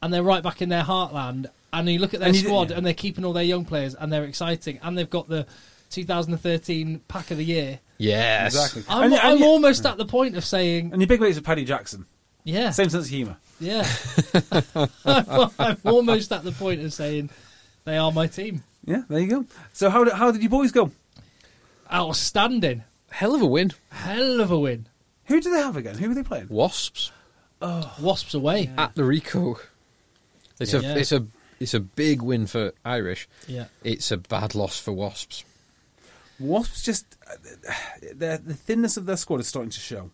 and they're right back in their heartland. And you look at their
And you-
squad,
yeah.
and they're keeping all their young players, and they're exciting, and they've got the 2013 pack of the year.
Yes.
Exactly.
I'm,
and,
I'm
and,
almost at the point of saying,
and your big mates are Paddy Jackson.
yeah,
Same sense of humour.
yeah. I'm, almost at the point of saying they are my team.
Yeah, there you go. So how did, how did your boys go?
Outstanding,
Hell of a win.
hell of a win.
Who do they have again? Who were they playing?
Wasps
Wasps away. Uh,
at the Rico. It's a
Yeah.
it's a it's a big win for Irish.
Yeah.
It's a bad loss for Wasps.
Wasps just their, the thinness of their squad is starting to show,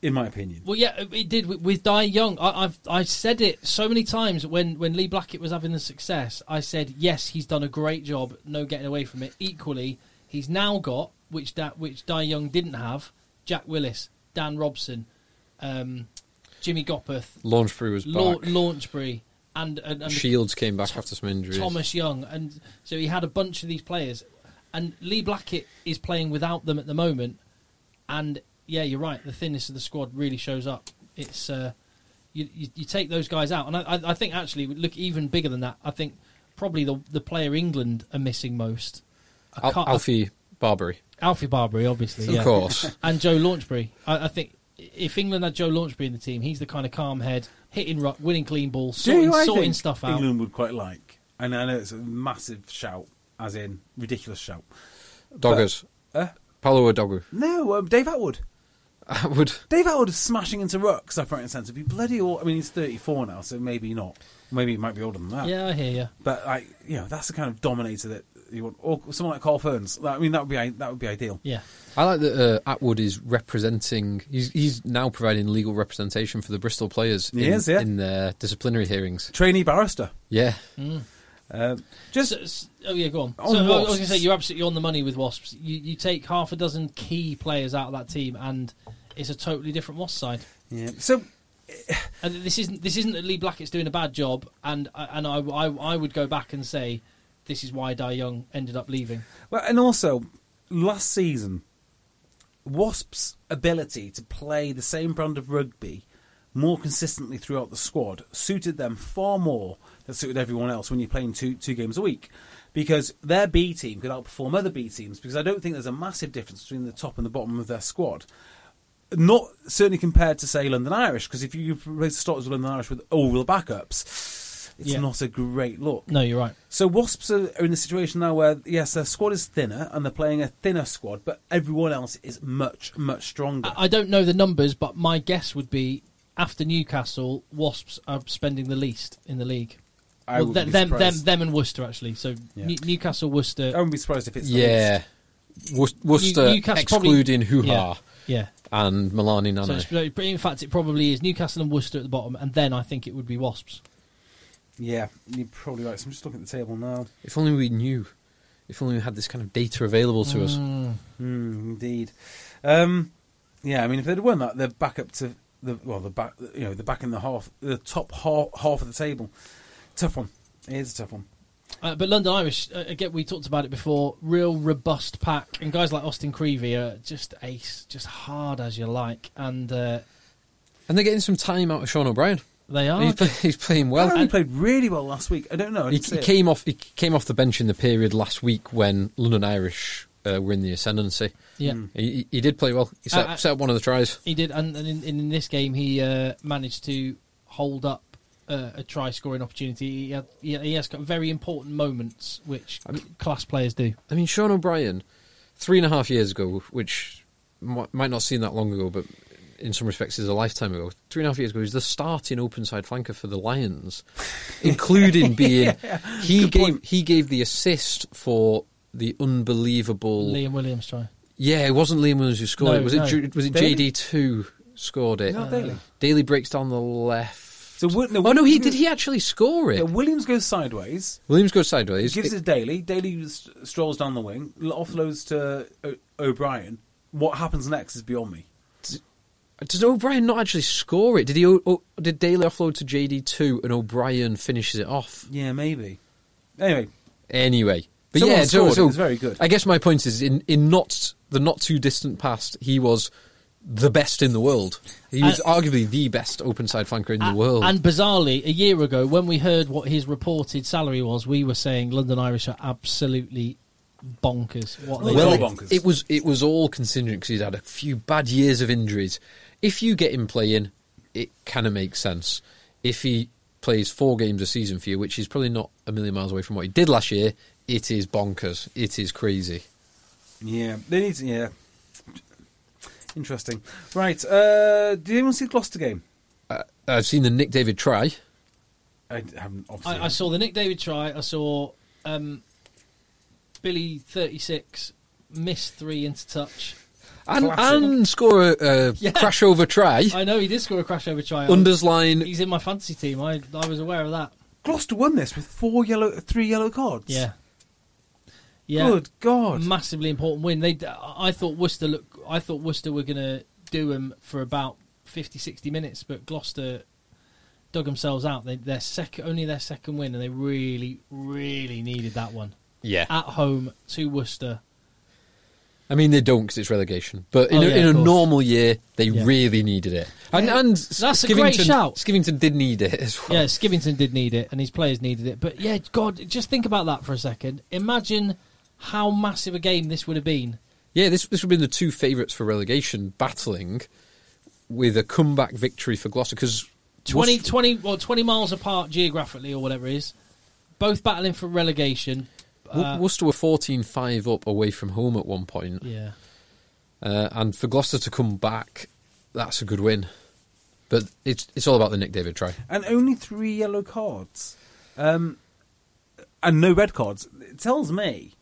in my opinion.
Well, yeah, it did with, with Di Young. I, I've I said it so many times when when Lee Blackett was having the success. I said yes, he's done a great job. No getting away from it. Equally, he's now got which that which Di Young didn't have. Jack Willis, Dan Robson, um, Jimmy Gopperth,
Launchbury was back.
La- Launchbury, and and, and
Shields came back after some injuries.
Thomas Young, and so he had a bunch of these players, and Lee Blackett is playing without them at the moment, and yeah, you're right. The thinness of the squad really shows up. It's uh, you, you you take those guys out, and I- I, I think actually we look even bigger than that. I think probably the the player England are missing most. I
Al-
can't-
Alfie Barbary,
Alfie Barbary, obviously,
of
yeah.
course.
and Joe Launchbury. I, I think if England had Joe Launchbury in the team, he's the kind of calm head, hitting rock, winning clean balls,
Do you
sorting,
know who I
sorting
think
stuff out.
England would quite like, and I know it's a massive shout, as in ridiculous shout.
Doggers.
eh?
Uh,
Paulo Dogger.
no, um, Dave Atwood.
I would.
Dave Atwood is smashing into rocks left, right, and centre. Be bloody all. I mean, he's thirty-four now, so maybe not. Maybe he might be older than that.
Yeah, I hear you.
But like, you know, that's the kind of dominator that you want, or someone like Carl Ferns. I mean, that would be i- that would be ideal.
Yeah.
I like that uh, Atwood is representing. He's he's now providing legal representation for the Bristol players.
He
in,
is, yeah.
in their disciplinary hearings.
Trainee barrister.
Yeah,
Um, just
So- s- oh yeah, go on.
On
so I was going to
Wasps.
say you're absolutely on the money with Wasps. You you take half a dozen key players out of that team, and it's a totally different Wasps side.
yeah. So
And this isn't this isn't that Lee Blackett's doing a bad job. And I- and I, I I would go back and say this is why Di Young ended up leaving.
Well, and also, last season, Wasps' ability to play the same brand of rugby more consistently throughout the squad suited them far more than suited everyone else when you're playing two, two games a week. Because their B team could outperform other B teams, because I don't think there's a massive difference between the top and the bottom of their squad. Not certainly compared to, say, London Irish, because if you replace the starters of London Irish with all the backups, it's
Yeah.
not a great look.
No, you're right.
So Wasps are are in a situation now where yes, their squad is thinner and they're playing a thinner squad, but everyone else is much much stronger.
I, I don't know the numbers, but my guess would be after Newcastle, Wasps are spending the least in the league.
I
well,
wouldn't
th-
be
them them
surprised.
them and Worcester actually. So
Yeah. Oh,
New- Newcastle, Worcester,
I wouldn't be surprised if it's the
yeah. Wor- Worcester
Newcastle probably-
excluding Hoo
yeah,
Ha
yeah.
and Milani
So
Nana.
it's, pretty- pretty- in fact, it probably is Newcastle and Worcester at the bottom, and then I think it would be Wasps.
least. Yeah, you're probably right. So I'm just looking at the table now.
if only we knew. If only we had this kind of data available to us.
Hmm, indeed. Um, yeah, I mean, if they'd won that, they're back up to the well, the back, you know, the back in the half, the top half, half of the table. Tough one. It is a tough one.
Uh, but London Irish, uh, again, we talked about it before. Real robust pack, and guys like Austin Creevy are just ace, just hard as you like, and uh,
And they're getting some time out of Sean O'Brien.
they are.
he's, play- he's playing
Well,
well.
Oh,
he played really well last week. I don't know. I
He,
didn't see
he
it.
came off. He came off the bench in the period last week when London Irish uh, were in the ascendancy.
yeah,
He, he- he did play well. He set,
Uh, uh,
set up one of the tries.
he did, and, and in, in this game, he uh, managed to hold up. Uh, a try scoring opportunity. He, had, he, he has got very important moments, which class players do.
I mean, Sean O'Brien, three and a half years ago, which mi- might not seem that long ago, but in some respects is a lifetime ago. Three and a half years ago, he was the starting open side flanker for the Lions, including being he
Good
gave
point.
he gave the assist for the unbelievable.
Liam Williams try.
Yeah, it wasn't Liam Williams who scored
No,
it. Was
no.
it Ju- was it
Daley?
JD two scored it? Uh,
No, Daley.
Daly breaks down the left.
So Wi- no,
oh no, he
Williams-
did. He actually score it.
Yeah, Williams goes sideways.
Williams goes sideways.
He gives it to Daly. Daly s- strolls down the wing, l- offloads to o- O'Brien. what happens next is beyond me.
Does O'Brien not actually score it? Did he? O- o- did Daly offload to JD two and O'Brien finishes it off?
Yeah, maybe. Anyway,
Anyway, but
Someone
yeah, so,
scored,
so
it was very good.
I guess my point is in in not the not too distant past, he was the best in the world. He was
And-
arguably the best open side flanker in the world.
And bizarrely, a year ago, when we heard what his reported salary was, we were saying London Irish are absolutely bonkers. What they
Well,
do.
They're all bonkers.
it was it was all contingent because he'd had a few bad years of injuries. If you get him playing, it kind of makes sense. If he plays four games a season for you, which is probably not a million miles away from what he did last year, it is bonkers. It is crazy.
yeah, they need to, yeah. Interesting. Right, uh, did anyone see the Gloucester game?
Uh, I've seen the Nick David try.
I haven't, obviously.
I, I saw the Nick David try. I saw um, Billy thirty six miss three into touch.
and,
Classic.
and score a, a
Yeah.
crash over try.
I know he did score a crash over try.
Unders line.
He's in my fantasy team. I I was aware of that.
Gloucester won this with four yellow, three yellow cards.
Yeah. Yeah.
Good God.
Massively important win. They, I thought Worcester look. I thought Worcester were going to do them for about 50, 60 minutes, but Gloucester dug themselves out. They, their second, only their second win, and they really, really needed that one
Yeah.
at home to Worcester.
I mean, they don't because it's relegation. But
Oh,
in, a,
yeah,
in
of
a
course.
normal year, they
Yeah.
really needed it. And, and
That's a great
Skivington-
shout.
Skivington did need it as well.
Yeah, Skivington did need it, and his players needed it. But yeah, God, just think about that for a second. Imagine how massive a game this would have been.
Yeah, this this would have been the two favourites for relegation battling with a comeback victory for Gloucester because
20, 20, well, 20 miles apart geographically or whatever it is. Both battling for relegation. Uh,
Worcester were 14-5 up away from home at one point,
yeah.
uh, and for Gloucester to come back, that's a good win. But it's it's all about the Nick David try.
and only three yellow cards, um, and no red cards. It tells me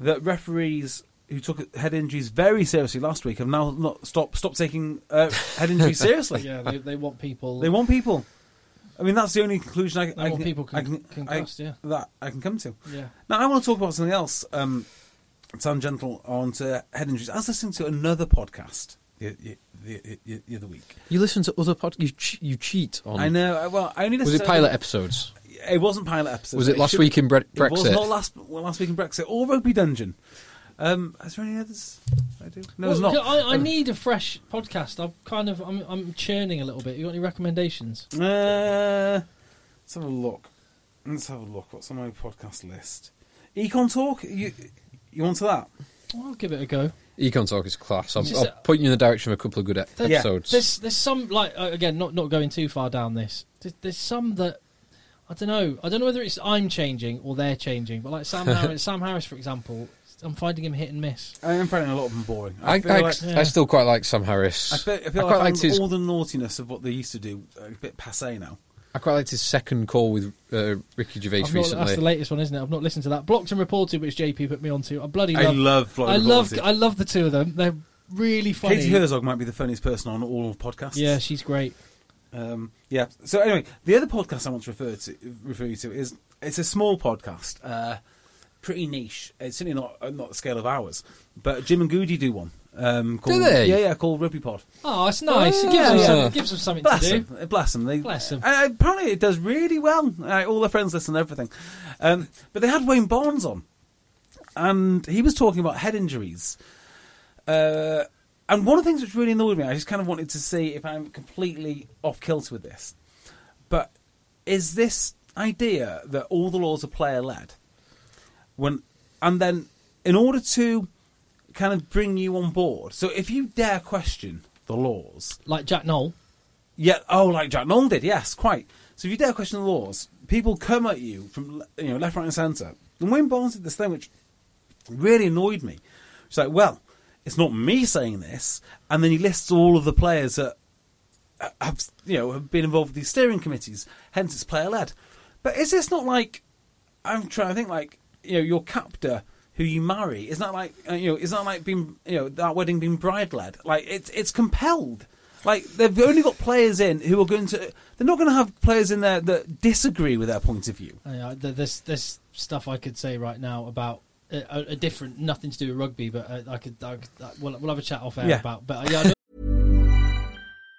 that referees who took head injuries very seriously last week have now not stopped stop taking uh, head injuries seriously.
Yeah, they, they want people.
They want people. I mean, that's the only conclusion I,
They
I
want
can,
people
I
con-
can-
concussed,
I-
yeah.
that I can come to.
Yeah.
Now I want to talk about something else. Um, tangential onto head injuries. I was listening to another podcast the, the, the, the, the other week.
You listen to other pod, you che- you cheat on.
I know. I- Well, I only
Was it
listened to-
pilot episodes?
It wasn't pilot episode.
Was it last week in Bre-
It was
Brexit?
not last well, last week in Brexit or Rugby Dungeon. Um, is there any others? I do. No,
Well,
there's not.
I, I need a fresh podcast. I'm kind of I'm, I'm churning a little bit. You got any recommendations?
Uh, let's have a look. Let's have a look. What's on my podcast list? Econ Talk. You you onto that?
Well, I'll give it a go.
Econ Talk is class. I'll,
Just,
I'll
uh,
point you in the direction of a couple of good e-
There's,
Yeah.
episodes.
there's there's some like uh, again not not going too far down this. There's, there's some that I don't know. I don't know whether it's I'm changing or they're changing. But like Sam Harris, Sam Harris for example, I'm finding him hit and miss.
I am finding a lot of them boring.
I, I,
feel like-
I still quite like Sam Harris.
I feel, I feel
I
like
quite liked his
all the naughtiness of what they used to do uh, a bit passe now.
I quite liked his second call with uh, Ricky Gervais
I've not, that's the
recently.
latest one, isn't it? I've not listened to that. Blocked and reported, which JP put me onto. I bloody
I
love.
love Blocked
I
and
love.
Reported.
I love the two of them. They're really funny.
Katie Herzog might be the funniest person on all of podcasts.
yeah, she's great.
Um, yeah. So anyway, the other podcast I want to refer to refer you to is it's a small podcast, uh, pretty niche. It's certainly not uh, not the scale of ours, but Jim and Goody do one. Um, called,
they?
Yeah, yeah, called Rugby Pod.
Oh, it's nice. It gives,
Yeah.
them some, it gives them something
Bless
to do.
them, uh, bless them. They,
Bless 'em.
Uh, apparently, it does really well. Uh, all their friends listen to everything. Um, but they had Wayne Barnes on, and he was talking about head injuries. Uh, and one of the things which really annoyed me, I just kind of wanted to see if I'm completely off kilter with this. But is this idea that all the laws are player led? When and then, in order to kind of bring you on board, so if you dare question the laws,
Like Jack Knoll.
yeah. Oh, like Jack Nolan did. Yes, quite. So if you dare question the laws, people come at you from le- you know left, right, and centre. And Wayne Barnes did this thing which really annoyed me. It's like, well, it's not me saying this, and then he lists all of the players that uh, have you know have been involved with these steering committees. Hence, it's player led. But is this not like I'm trying to think like you know your captor who you marry is not like uh, you know is not like being you know that wedding being bride led like it's it's compelled. Like they've only got players in who are going to they're not going to have players in there that disagree with their point of view.
Uh, yeah, th- there's there's stuff I could say right now about uh, are, are different, nothing to do with rugby, but uh, I could, I could I, we'll, we'll have a chat off air
Yeah.
about. But uh, yeah, I know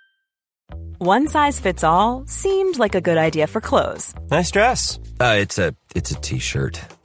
One size fits all seemed like a good idea for clothes
Nice dress. Uh, it's a it's a t-shirt.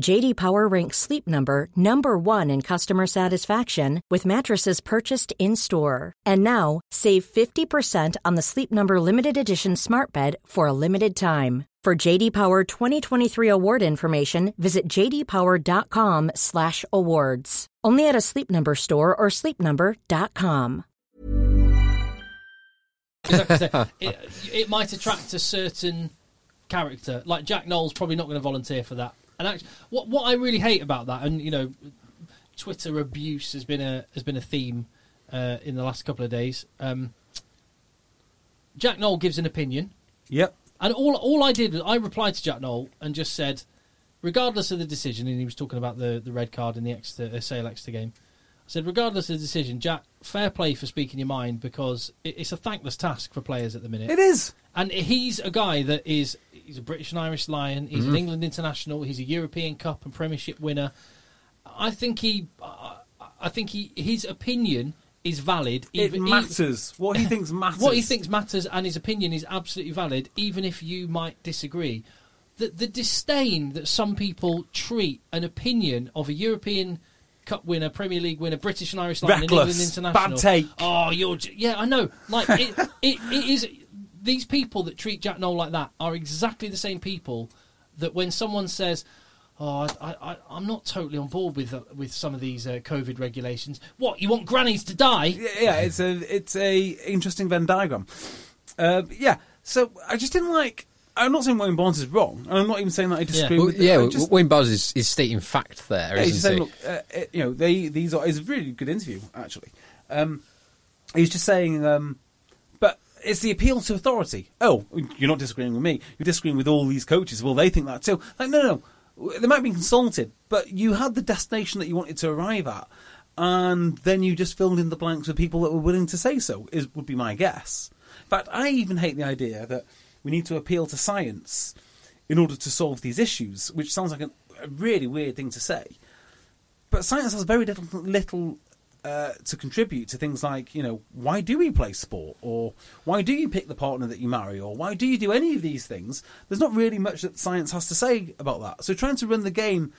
JD Power ranks Sleep Number number 1 in customer satisfaction with mattresses purchased in-store. And now, save 50% on the Sleep Number limited edition Smart Bed for a limited time. For JD Power 2023 award information, visit jdpower.com/awards. Only at a Sleep Number store or sleepnumber.com.
Exactly. So it, it might attract a certain character. Like Jack Knowles, probably not going to volunteer for that. And actually, what what I really hate about that, and you know, Twitter abuse has been a has been a theme uh, in the last couple of days. Um, Jack Knoll gives an opinion,
Yep.
and all all I did was I replied to Jack Knoll and just said, regardless of the decision, and he was talking about the, the red card in the Exeter, uh, Sale Exeter game. I said, regardless of the decision, Jack, fair play for speaking your mind because it, it's a thankless task for players at the minute.
It is.
And he's a guy that is he's a British and Irish Lion. He's an England international. He's a European Cup and Premiership winner. I think he, I I think he, his opinion is valid.
It
even-
matters. what he thinks matters.
what he thinks matters and his opinion is absolutely valid, even if you might disagree. The, the disdain that some people treat an opinion of a European Cup winner, Premier League winner, British and Irish Lion, and England
Reckless.
international.
Bad take.
Oh, you're j- yeah, I know. Like it, it, it is. These people that treat Jack Noel like that are exactly the same people that when someone says. Oh, I, I, I'm not totally on board with uh, with some of these uh, COVID regulations. What you want grannies to die?
Yeah, yeah, it's a it's a interesting Venn diagram. Uh, yeah, so I just didn't like. I'm not saying Wayne Barnes is wrong, and I'm not even saying that I disagree.
Well,
with
yeah,
I
w
just,
Wayne Bowers is, is stating fact there,
yeah, he's just
not he?
saying, look, uh, uh, you know, they these are. It's a really good interview actually. Um, he's just saying, um, but it's the appeal to authority. Oh, you're not disagreeing with me. You're disagreeing with all these coaches. Well, they think that too. Like, no, no, no. They might be consulted, but you had the destination that you wanted to arrive at, and then you just filled in the blanks with people that were willing to say so. Is would be my guess. In fact, I even hate the idea that we need to appeal to science in order to solve these issues, which sounds like an, a really weird thing to say but science has very little little uh, to contribute to things like you know why do we play sport or why do you pick the partner that you marry or why do you do any of these things there's not really much that science has to say about that so trying to run the game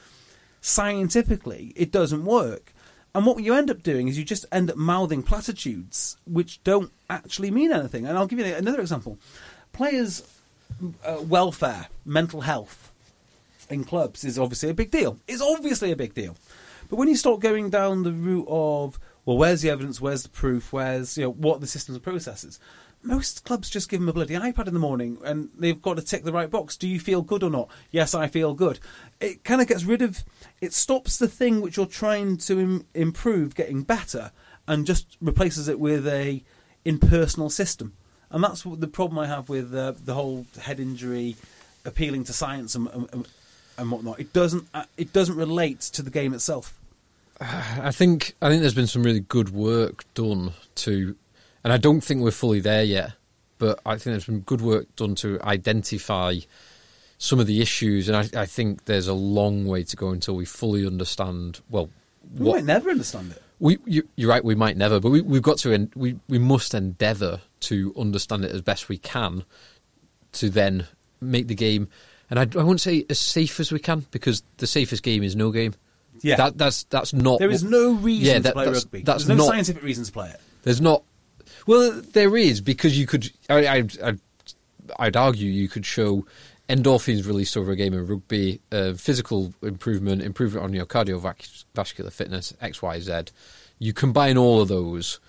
scientifically it doesn't work and what you end up doing is you just end up mouthing platitudes which don't actually mean anything and i'll give you another example players uh, welfare mental health in clubs is obviously a big deal. It's obviously a big deal. But when you start going down the route of, well, where's the evidence? Where's the proof? Where's, you know, what are the systems and processes? Most clubs just give them a bloody iPad in the morning and they've got to tick the right box. Do you feel good or not? Yes, I feel good. It kind of gets rid of, it stops the thing which you're trying to Im- improve getting better and just replaces it with a impersonal system. And that's what the problem I have with uh, the whole head injury appealing to science and, and, and whatnot. It doesn't. Uh, it doesn't relate to the game itself.
I think I think there's been some really good work done to, and I don't think we're fully there yet, but I think there's been good work done to identify some of the issues, and I, I think there's a long way to go until we fully understand. Well,
We
what
might never understand it.
we you, you're right, we might never, but we, we've got to en- we we must endeavour to understand it as best we can to then make the game, and I, I wouldn't say as safe as we can because the safest game is no game.
Yeah.
that, that's that's not.
There is no reason
yeah,
to
that-
play
that's,
rugby.
That's
There's no
not.
scientific reason to play it.
There's not. Well, there is because you could. I, I, I'd, I'd argue you could show endorphins released over a game of rugby, uh, physical improvement, improvement on your cardiovascular fitness, X, Y, Z, You combine all of those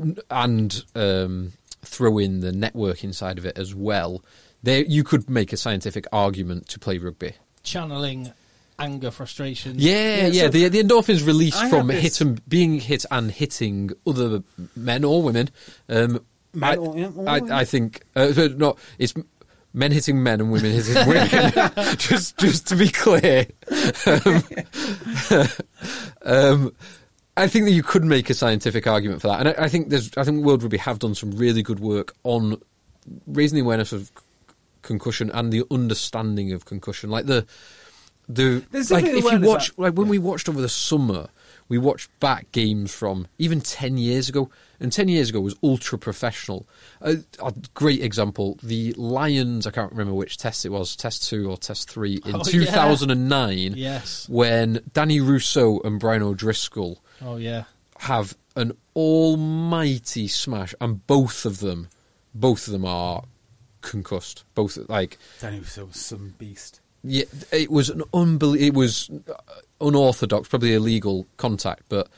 n- and um, throw in the networking side of it as well. There, you could make a scientific argument to play rugby.
channeling anger, frustration.
Yeah, yeah.
so-
the, the endorphins released
I
from
have
hit
this-
and being hit and hitting other men or women. Um,
Men
I,
or- yeah, or women.
I, I think uh, but no, it's men hitting men and women hitting women. just, just to be clear, um, um, I think that you could make a scientific argument for that, and I, I think there's, I think World Rugby have done some really good work on raising the awareness of c- concussion and the understanding of concussion, like the the
There's
like
definitely
if you
awareness
watch
that-
like when we watched over the summer, we watched back games from even ten years ago, and ten years ago was ultra professional. A, a great example: the Lions. I can't remember which test it was, test two or test three in
Oh, yeah.
two thousand and nine.
Yes.
when Danny Russo and Brian O'Driscoll
Oh yeah.
have an almighty smash, and both of them, both of them are concussed. Both like
Danny Russo was some beast.
yeah, it was an unbel- It was unorthodox, probably illegal contact, but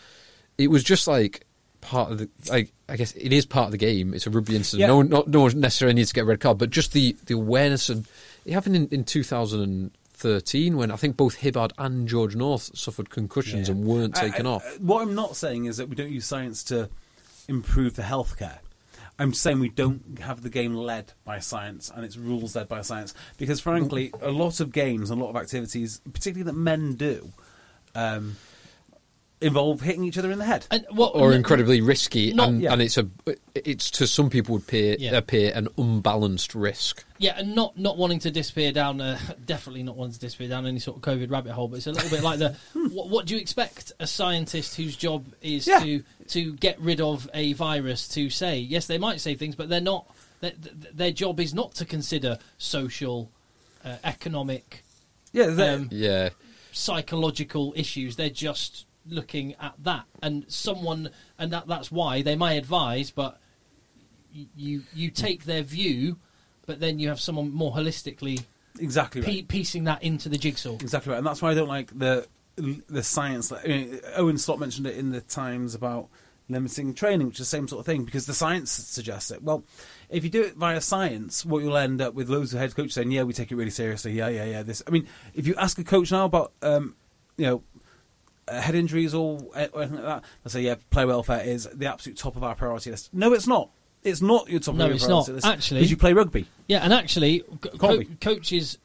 it was just like part of the. Like, I guess it is part of the game. It's a rugby incident.
Yeah.
No, one- not, no one necessarily needs to get a red card, but just the the awareness and it happened in, in 2013 when I think both Hibbard and George North suffered concussions and weren't
I-
taken
I- uh,
off.
What I'm not saying is that we don't use science to improve the healthcare. I'm saying we don't have the game led by science and its rules led by science because, frankly, a lot of games and a lot of activities, particularly that men do, um, involve hitting each other in the head.
And what?
or incredibly risky,
not-
and,
yeah.
and it's a it's to some people would appear
Yeah.
appear an unbalanced risk.
Yeah, and not not wanting to disappear down. A, definitely not wanting to disappear down any sort of COVID rabbit hole. But it's a little bit like the.
Hmm.
What, what do you expect a scientist whose job is
Yeah.
to to get rid of a virus to say? Yes, they might say things, but they're not. Their, their job is not to consider social, uh, economic,
Yeah, they-
um,
Yeah,
psychological issues. They're just looking at that, and someone, and that that's why they may advise, but y- you you take their view, but then you have someone more holistically
exactly right.
pie- piecing that into the jigsaw.
Exactly right, and that's why I don't like the the science. I mean, Owen Slot mentioned it in the Times about limiting training, which is the same sort of thing because the science suggests it. Well, if you do it via science, what you'll end up with loads of head coaches saying, "Yeah, we take it really seriously. Yeah, yeah, yeah." This, I mean, if you ask a coach now about, um, you know. Uh, head injuries or uh, or anything like that. I say, yeah, player welfare is the absolute top of our priority list. No, it's not. It's not your top
No,
of your
it's
priority
not.
list.
Actually-
because you play rugby.
Yeah, and actually, co- co-
Colby.
coaches,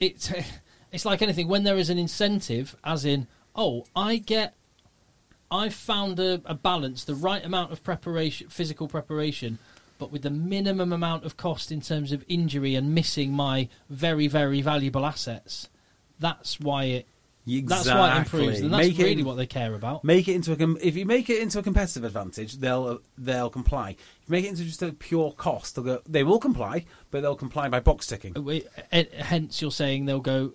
it's it's like anything. When there is an incentive, as in, oh, I get, I found a, a balance, the right amount of preparation, physical preparation, but with the minimum amount of cost in terms of injury and missing my very, very valuable assets. That's why it. That's why it improves, and that's
Make it-
really what they care about.
Make it into a com- if you make it into a competitive advantage, they'll they'll comply. If you make it into just a pure cost, they'll go, they will comply, but they'll comply by box ticking.
We- eh, hence you're saying they'll go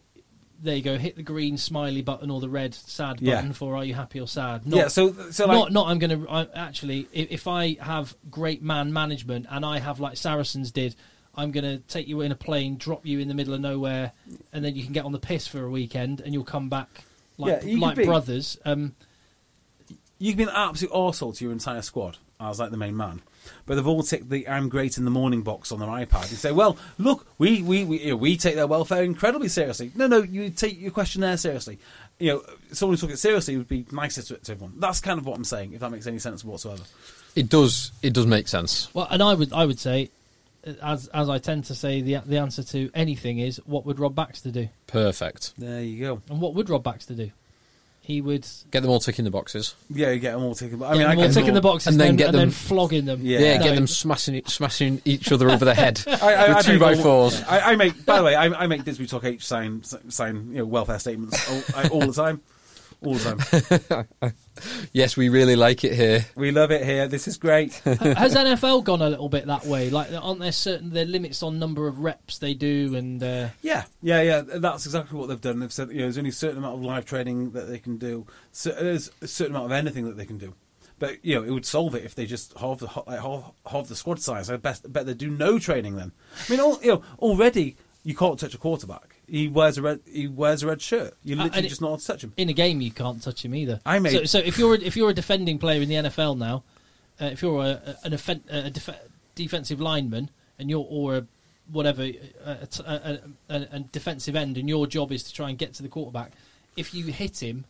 there you go hit the green smiley button or the red sad
Yeah.
button for are you happy or sad
yeah, so so like
not, not I'm going to actually. If, if I have great man management and I have like Saracens did, I'm going to take you in a plane, drop you in the middle of nowhere, and then you can get on the piss for a weekend, and you'll come back like
Yeah, you could
like
be-
brothers. Um,
you can be an absolute arsehole to your entire squad. I was like the main man, but they've all ticked the "I'm great in the morning" box on their iPad and say, "Well, look, we we we, you know, we take their welfare incredibly seriously." No, no, you take your questionnaire seriously. You know, someone who took it seriously would be nicer to, to everyone. That's kind of what I'm saying, if that makes any sense whatsoever.
it does. It does make sense.
well, and I would I would say, uh, as as I tend to say, the the answer to anything is what would Rob Baxter do,
Perfect.
There you go.
and what would Rob Baxter do? He would
Get them all ticking the boxes.
Yeah, you get them all ticking. I
I
mean, I
mean,
get
ticking
them
the
all-
boxes and
and then
then,
get
and then
them-
flogging them.
Yeah.
Yeah, get
No,
them smashing smashing each other over the head
I, I, I
with two
make
by
all-
fours.
I, I make. By the way, I, I make Disney Talk H sign sign you know welfare statements all, I, all the time, all the time.
Yes, we really like it here.
We love it here. This is great.
Has NFL gone a little bit that way? Like, aren't there certain there are limits on number of reps they do? And uh,
Yeah, yeah, yeah. That's exactly what they've done. They've said you know there's only a certain amount of live training that they can do. So there's a certain amount of anything that they can do. But you know it would solve it if they just halve the like, half, half the squad size. I bet, bet they do no training then. I mean, all, you know already you can't touch a quarterback. He wears a red. He wears a red shirt. You're
Uh,
literally
and it-
just not allowed to touch him.
in a game you can't touch him either.
I made-
so, so if you're a, if you're a defending player in the NFL now, uh, if you're a, an offen- a def- defensive lineman and you're or a whatever a, a- a- a- a defensive end and your job is to try and get to the quarterback, if you hit him,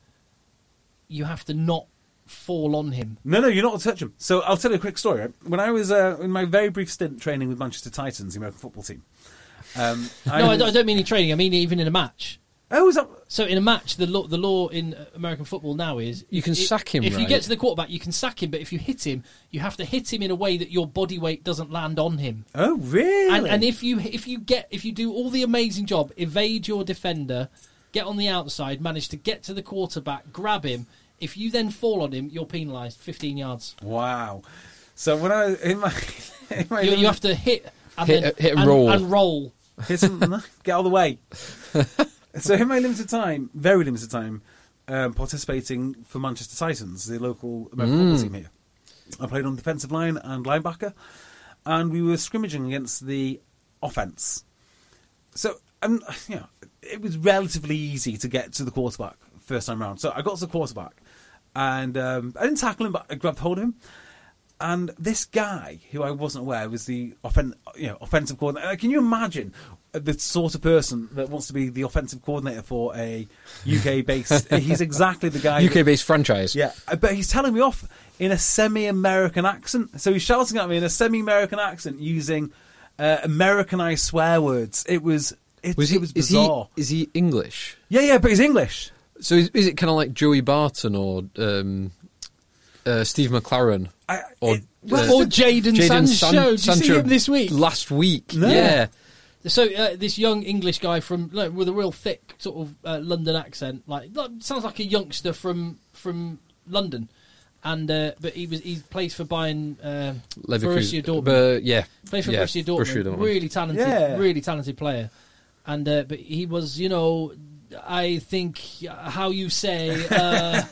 you have to not fall on him.
No, no, you're not allowed to touch him. So I'll tell you a quick story. Right? When I was uh, in my very brief stint training with Manchester Titans, the American football team. Um, I
No, I
was-
don't, I don't mean in training. I mean even in a match.
Oh, is that?
So in a match, the law, the law in uh, American football now is
You can
i-
sack him,
If you
right?
get to the quarterback, you can sack him, but if you hit him, you have to hit him in a way that your body weight doesn't land on him.
Oh, really?
And, and if you if you get if you do all the amazing job, evade your defender, get on the outside, manage to get to the quarterback, grab him. If you then fall on him, you're penalised 15 yards.
wow. So when I was in my, in my
You, you have to hit and
Hit-
then,
hit and
and
roll.
and roll.
Here's some, get out of the way. so in my limited time, very limited time, um, participating for Manchester Titans, the local American
Mm.
football team here. I played on defensive line and linebacker, and we were scrimmaging against the offense. So um, you know, it was relatively easy to get to the quarterback first time round. So I got to the quarterback, and um, I didn't tackle him, but I grabbed hold of him. And this guy, who I wasn't aware was the offen- you know, offensive coordinator. Uh, Can you imagine the sort of person that wants to be the offensive coordinator for a UK based? he's exactly the guy. that-
UK based franchise.
yeah, uh, but he's telling me off in a semi-American accent. So he's shouting at me in a semi-American accent using uh, Americanized swear words. It was it
Was he,
it was
is,
bizarre.
he, is he English?
yeah, yeah, but he's English.
So is, is it kind of like Joey Barton or um, uh, Steve McLaren?
I-
or
it- well,
Or Jadon Sancho. Did you see him this week?
Last week,
No.
yeah.
So uh, this young English guy from like, with a real thick sort of uh, London accent, like like, sounds like a youngster from from London, and uh, but he was he plays for Bayern uh, Borussia
Leverkusen.
Dortmund.
But, yeah.
Played for
yeah,
Borussia, Dortmund, Really talented,
Yeah.
really talented player. And uh, but he was, you know, I think uh, how you say uh,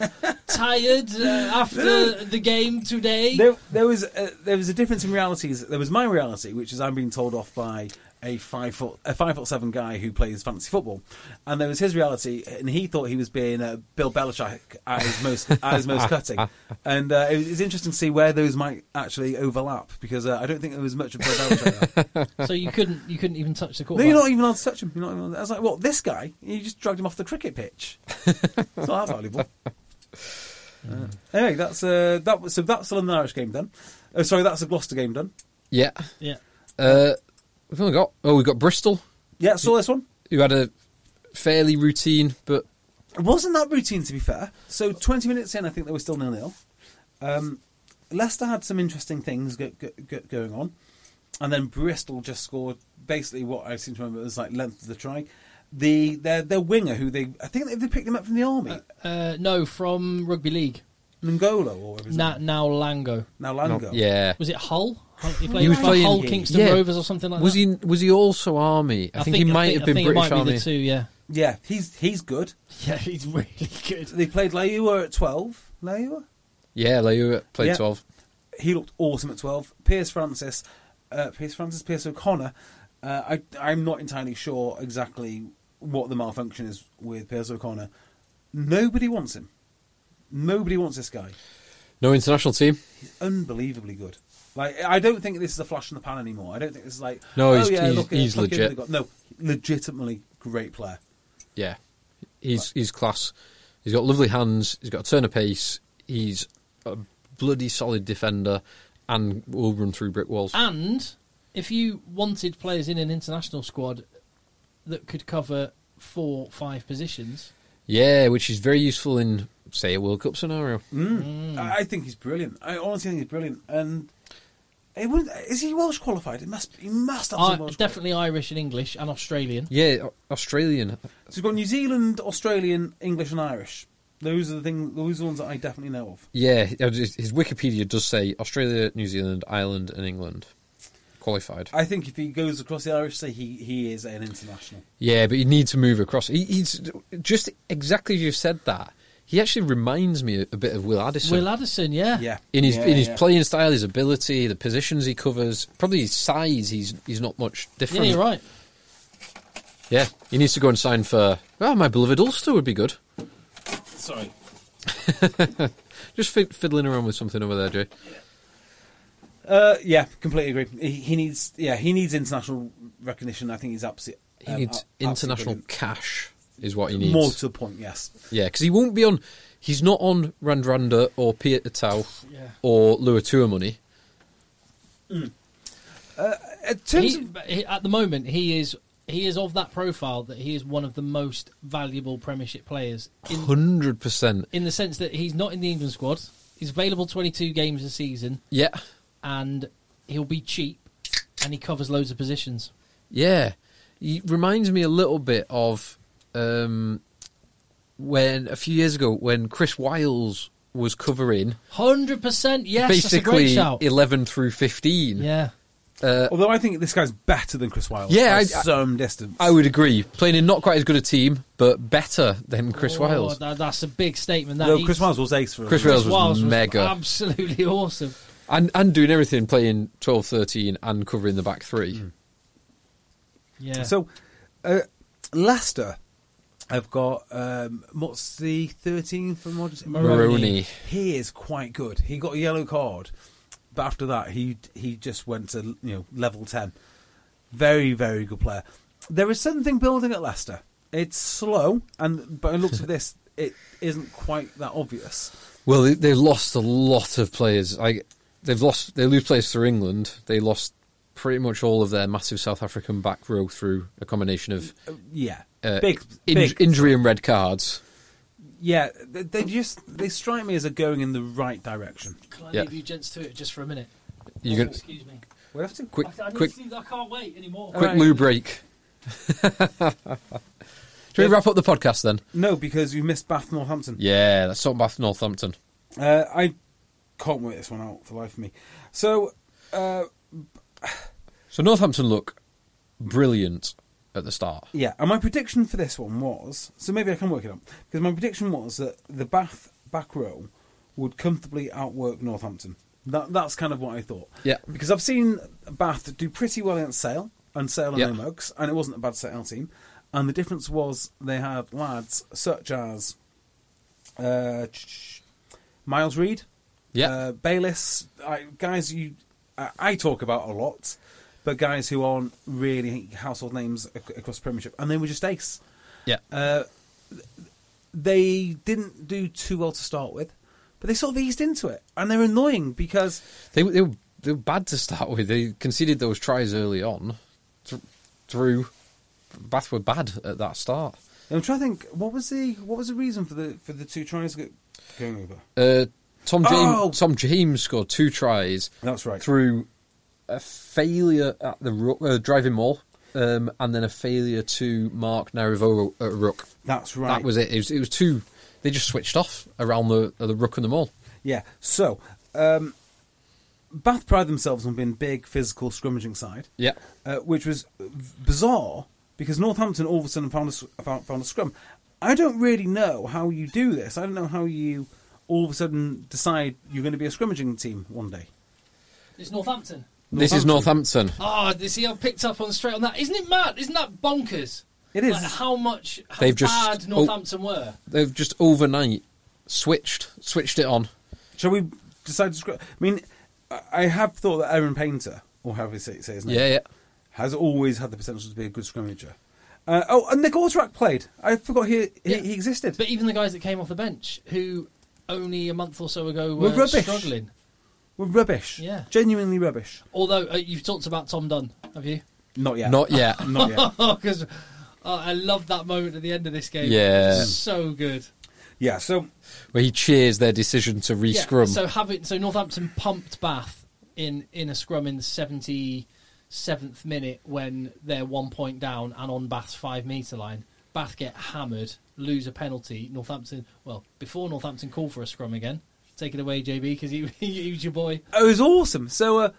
tired uh, after the game today.
there, there was a, there was a difference in realities. There was my reality, which is I'm being told off by a five foot a five foot seven guy who plays fantasy football, and there was his reality, and he thought he was being uh, Bill Belichick at his most at his most cutting, and uh, it was, it's interesting to see where those might actually overlap because uh, I don't think there was much of Bill Belichick. there.
So you couldn't, you couldn't even touch the
no,
quarterback.
you're not even allowed to touch him. You're not even allowed- I was like, well, this guy, you just dragged him off the cricket pitch. it's not that valuable. Uh, anyway, that's uh, that. was- So that's the London Irish game done. Oh, sorry, that's the Gloucester game done.
Yeah.
yeah.
Uh, we've only got. Oh, we've got Bristol,
Yeah, saw this one.
who had a fairly routine, but
It wasn't that routine, to be fair. So 20 minutes in, I think they were still nil nil. Um, Leicester had some interesting things go, go, go, going on, and then Bristol just scored basically what I seem to remember was like length of the try. The their their winger who they I think they, they picked him up from the army,
Uh, no, from rugby league.
Ngolo or whatever. his
Na-
name-
now Lango.
now Lango.
yeah.
Was it Hull? Hull- He played
He was
for
playing-
Hull, Kingston
yeah.
Rovers, or something like
was
that.
he? Was he also army? I, think, he might
think-
have
I
been
think it
British
might be
army.
the two, yeah.
yeah, he's he's good.
Yeah, he's really good.
They played Leua at twelve. Leua,
Yeah, Leo played
Yeah.
twelve.
he looked awesome at 12. Pierce Francis, uh, Pierce Francis, Pierce O'Connor. Uh, I, I'm not entirely sure exactly what the malfunction is with Pierce O'Connor. Nobody wants him. Nobody wants this guy.
No international team.
He's unbelievably good. Like I don't think this is a flash in the pan anymore. I don't think this is like
No,
oh,
he's-
yeah,
he's-
look, at-
he's
look at
legit.
who they got. No, legitimately great player.
Yeah, he's he's class. He's got lovely hands. He's got a turn of pace. He's a bloody solid defender, and will run through brick walls.
And if you wanted players in an international squad that could cover four, five positions,
Yeah, which is very useful in say a World Cup scenario. Hmm.
I I think he's brilliant. I honestly think he's brilliant. And it wouldn't, is he Welsh qualified? It must. He must have some
I-
Welsh qualified.
definitely Irish and English and Australian.
Yeah, Au- Australian.
So we've got New Zealand, Australian, English, and Irish. Those are the thing. Those are the ones that I definitely know of.
Yeah, uh, his his Wikipedia does say Australia, New Zealand, Ireland, and England qualified.
I think if he goes across the Irish Sea, he he is an international.
Yeah, but you need to move across. He, he's just exactly as you said that. He actually reminds me a, a bit of Will Addison.
Will Addison, yeah.
Yeah,
in his
Yeah,
in his
yeah.
playing style, his ability, the positions he covers, probably his size, he's he's not much
Yeah,
different.
you're right.
Yeah, he needs to go and sign for. Oh, my beloved Ulster would be good.
Sorry.
Just fi- fiddling around with something over there, Jay.
Uh, yeah, completely agree. He, he needs, yeah, he needs international recognition. I think he's um, absolutely.
He
Um,
needs international cash, is what he needs.
More to the point, yes.
Yeah, because he won't be on. He's not on Randrander or Peter Tau
Yeah.
or Lua Tour money.
In terms
He,
of-
but he- at the moment, he is he is of that profile that he is one of the most valuable Premiership players in
Hundred percent.
in the sense that he's not in the England squad. He's available 22 games a season,
Yeah,
and he'll be cheap, and he covers loads of positions.
yeah. He reminds me a little bit of um, when a few years ago when Chris Wiles was covering
Hundred percent, yes, that's a great
basically
shout.
eleven through fifteen.
yeah,
although I think this guy's better than Chris Wilde.
uh, Yeah,
by
I-
some distance.
I would agree. Playing in not quite as good a team, but better than Chris
Oh,
Wiles.
that- that's a big statement. That
Though
he's-
Chris Wiles was ace for
Chris
him.
Wiles was mega.
absolutely awesome.
And and doing everything, playing 12, 13 and covering the back three.
Hmm.
Yeah.
So, uh, Leicester have got um, what's the thirteen from Rogers?
Maroney.
He is quite good. He got a yellow card, but after that, he he just went to you know level ten. Very very good player. There is something building at Leicester. It's slow, and by the looks of this, it isn't quite that obvious.
Well, they, they've lost a lot of players. I, they've lost. They lose players through England. They lost pretty much all of their massive South African back row through a combination of
Yeah,
uh,
big,
inj-
big
injury and red cards.
Yeah, they, they just they strike me as are going in the right direction.
Can I
yeah.
leave you gents to it just for a minute?
You can
Excuse me.
We have to
quick,
I, I,
quick,
need to- I can't wait anymore.
quick loo break. Should we wrap up the podcast then?
No, because you missed Bath Northampton.
Yeah, that's something about Northampton.
Uh, I can't work this one out for the life of me. So, uh,
So Northampton look brilliant at the start.
yeah, and my prediction for this one was so maybe I can work it out because my prediction was that the Bath back row would comfortably outwork Northampton. That that's kind of what I thought.
Yeah.
because I've seen Bath do pretty well against Sale and Sale and
Yeah.
Omogs, and it wasn't a bad Sale team. And the difference was they had lads such as uh, ch- ch- Miles Reed,
Yeah.
uh, Bayliss, I, guys you I, I talk about a lot, but guys who aren't really household names ac- across the Premiership, and they were just ace.
Yeah.
Uh, they didn't do too well to start with, but they sort of eased into it, and they're annoying because
They, they, were, they were bad to start with. They conceded those tries early on. Th- through Bath were bad at that start.
I'm trying to think what was the what was the reason for the for the two tries go- going over.
Uh, Tom James,
Oh!
Tom James scored two tries.
That's right.
Through a failure at the ru- uh, driving mall, um, and then a failure to mark Narivoro at a ruck.
That's right.
That was it. It was, it was two. They just switched off around the uh, the ruck and the mall.
Yeah. So, um, Bath pride themselves on being big, physical, scrummaging side.
Yeah.
Uh, which was bizarre because Northampton all of a sudden found a, s- found, found a scrum. I don't really know how you do this. I don't know how you all of a sudden decide you're going to be a scrummaging team one day.
It's Northampton.
This is Northampton.
Oh, you see, I picked up on straight on that. Isn't it mad? Isn't that bonkers?
It is.
Like how much how
They've just- Oh.
bad Northampton were.
They've just overnight switched switched it on.
Shall we decide to scrum? I mean, I- I have thought that Aaron Painter, or however you say, say his name,
Yeah, yeah.
has always had the potential to be a good scrummager. Uh, oh, and Nick Altrak played. I forgot he he,
Yeah.
he existed.
But even the guys that came off the bench, who only a month or so ago
Were
were,
rubbish.
struggling.
We're rubbish.
Yeah.
Genuinely rubbish.
Although uh, you've talked about Tom Dunn, have you?
Not yet.
Not yet.
Not yet.
Because I love that moment at the end of this game.
Yeah.
so good.
yeah, so
where he cheers their decision to
Yeah,
re-scrum.
So having so Northampton pumped Bath in in a scrum in the seventy seventh minute when they're one point down and on Bath's five metre line. Bath get hammered, lose a penalty. Northampton well before Northampton call for a scrum again. Take it away, JB, because he, he was your boy.
Oh, it was awesome. So uh,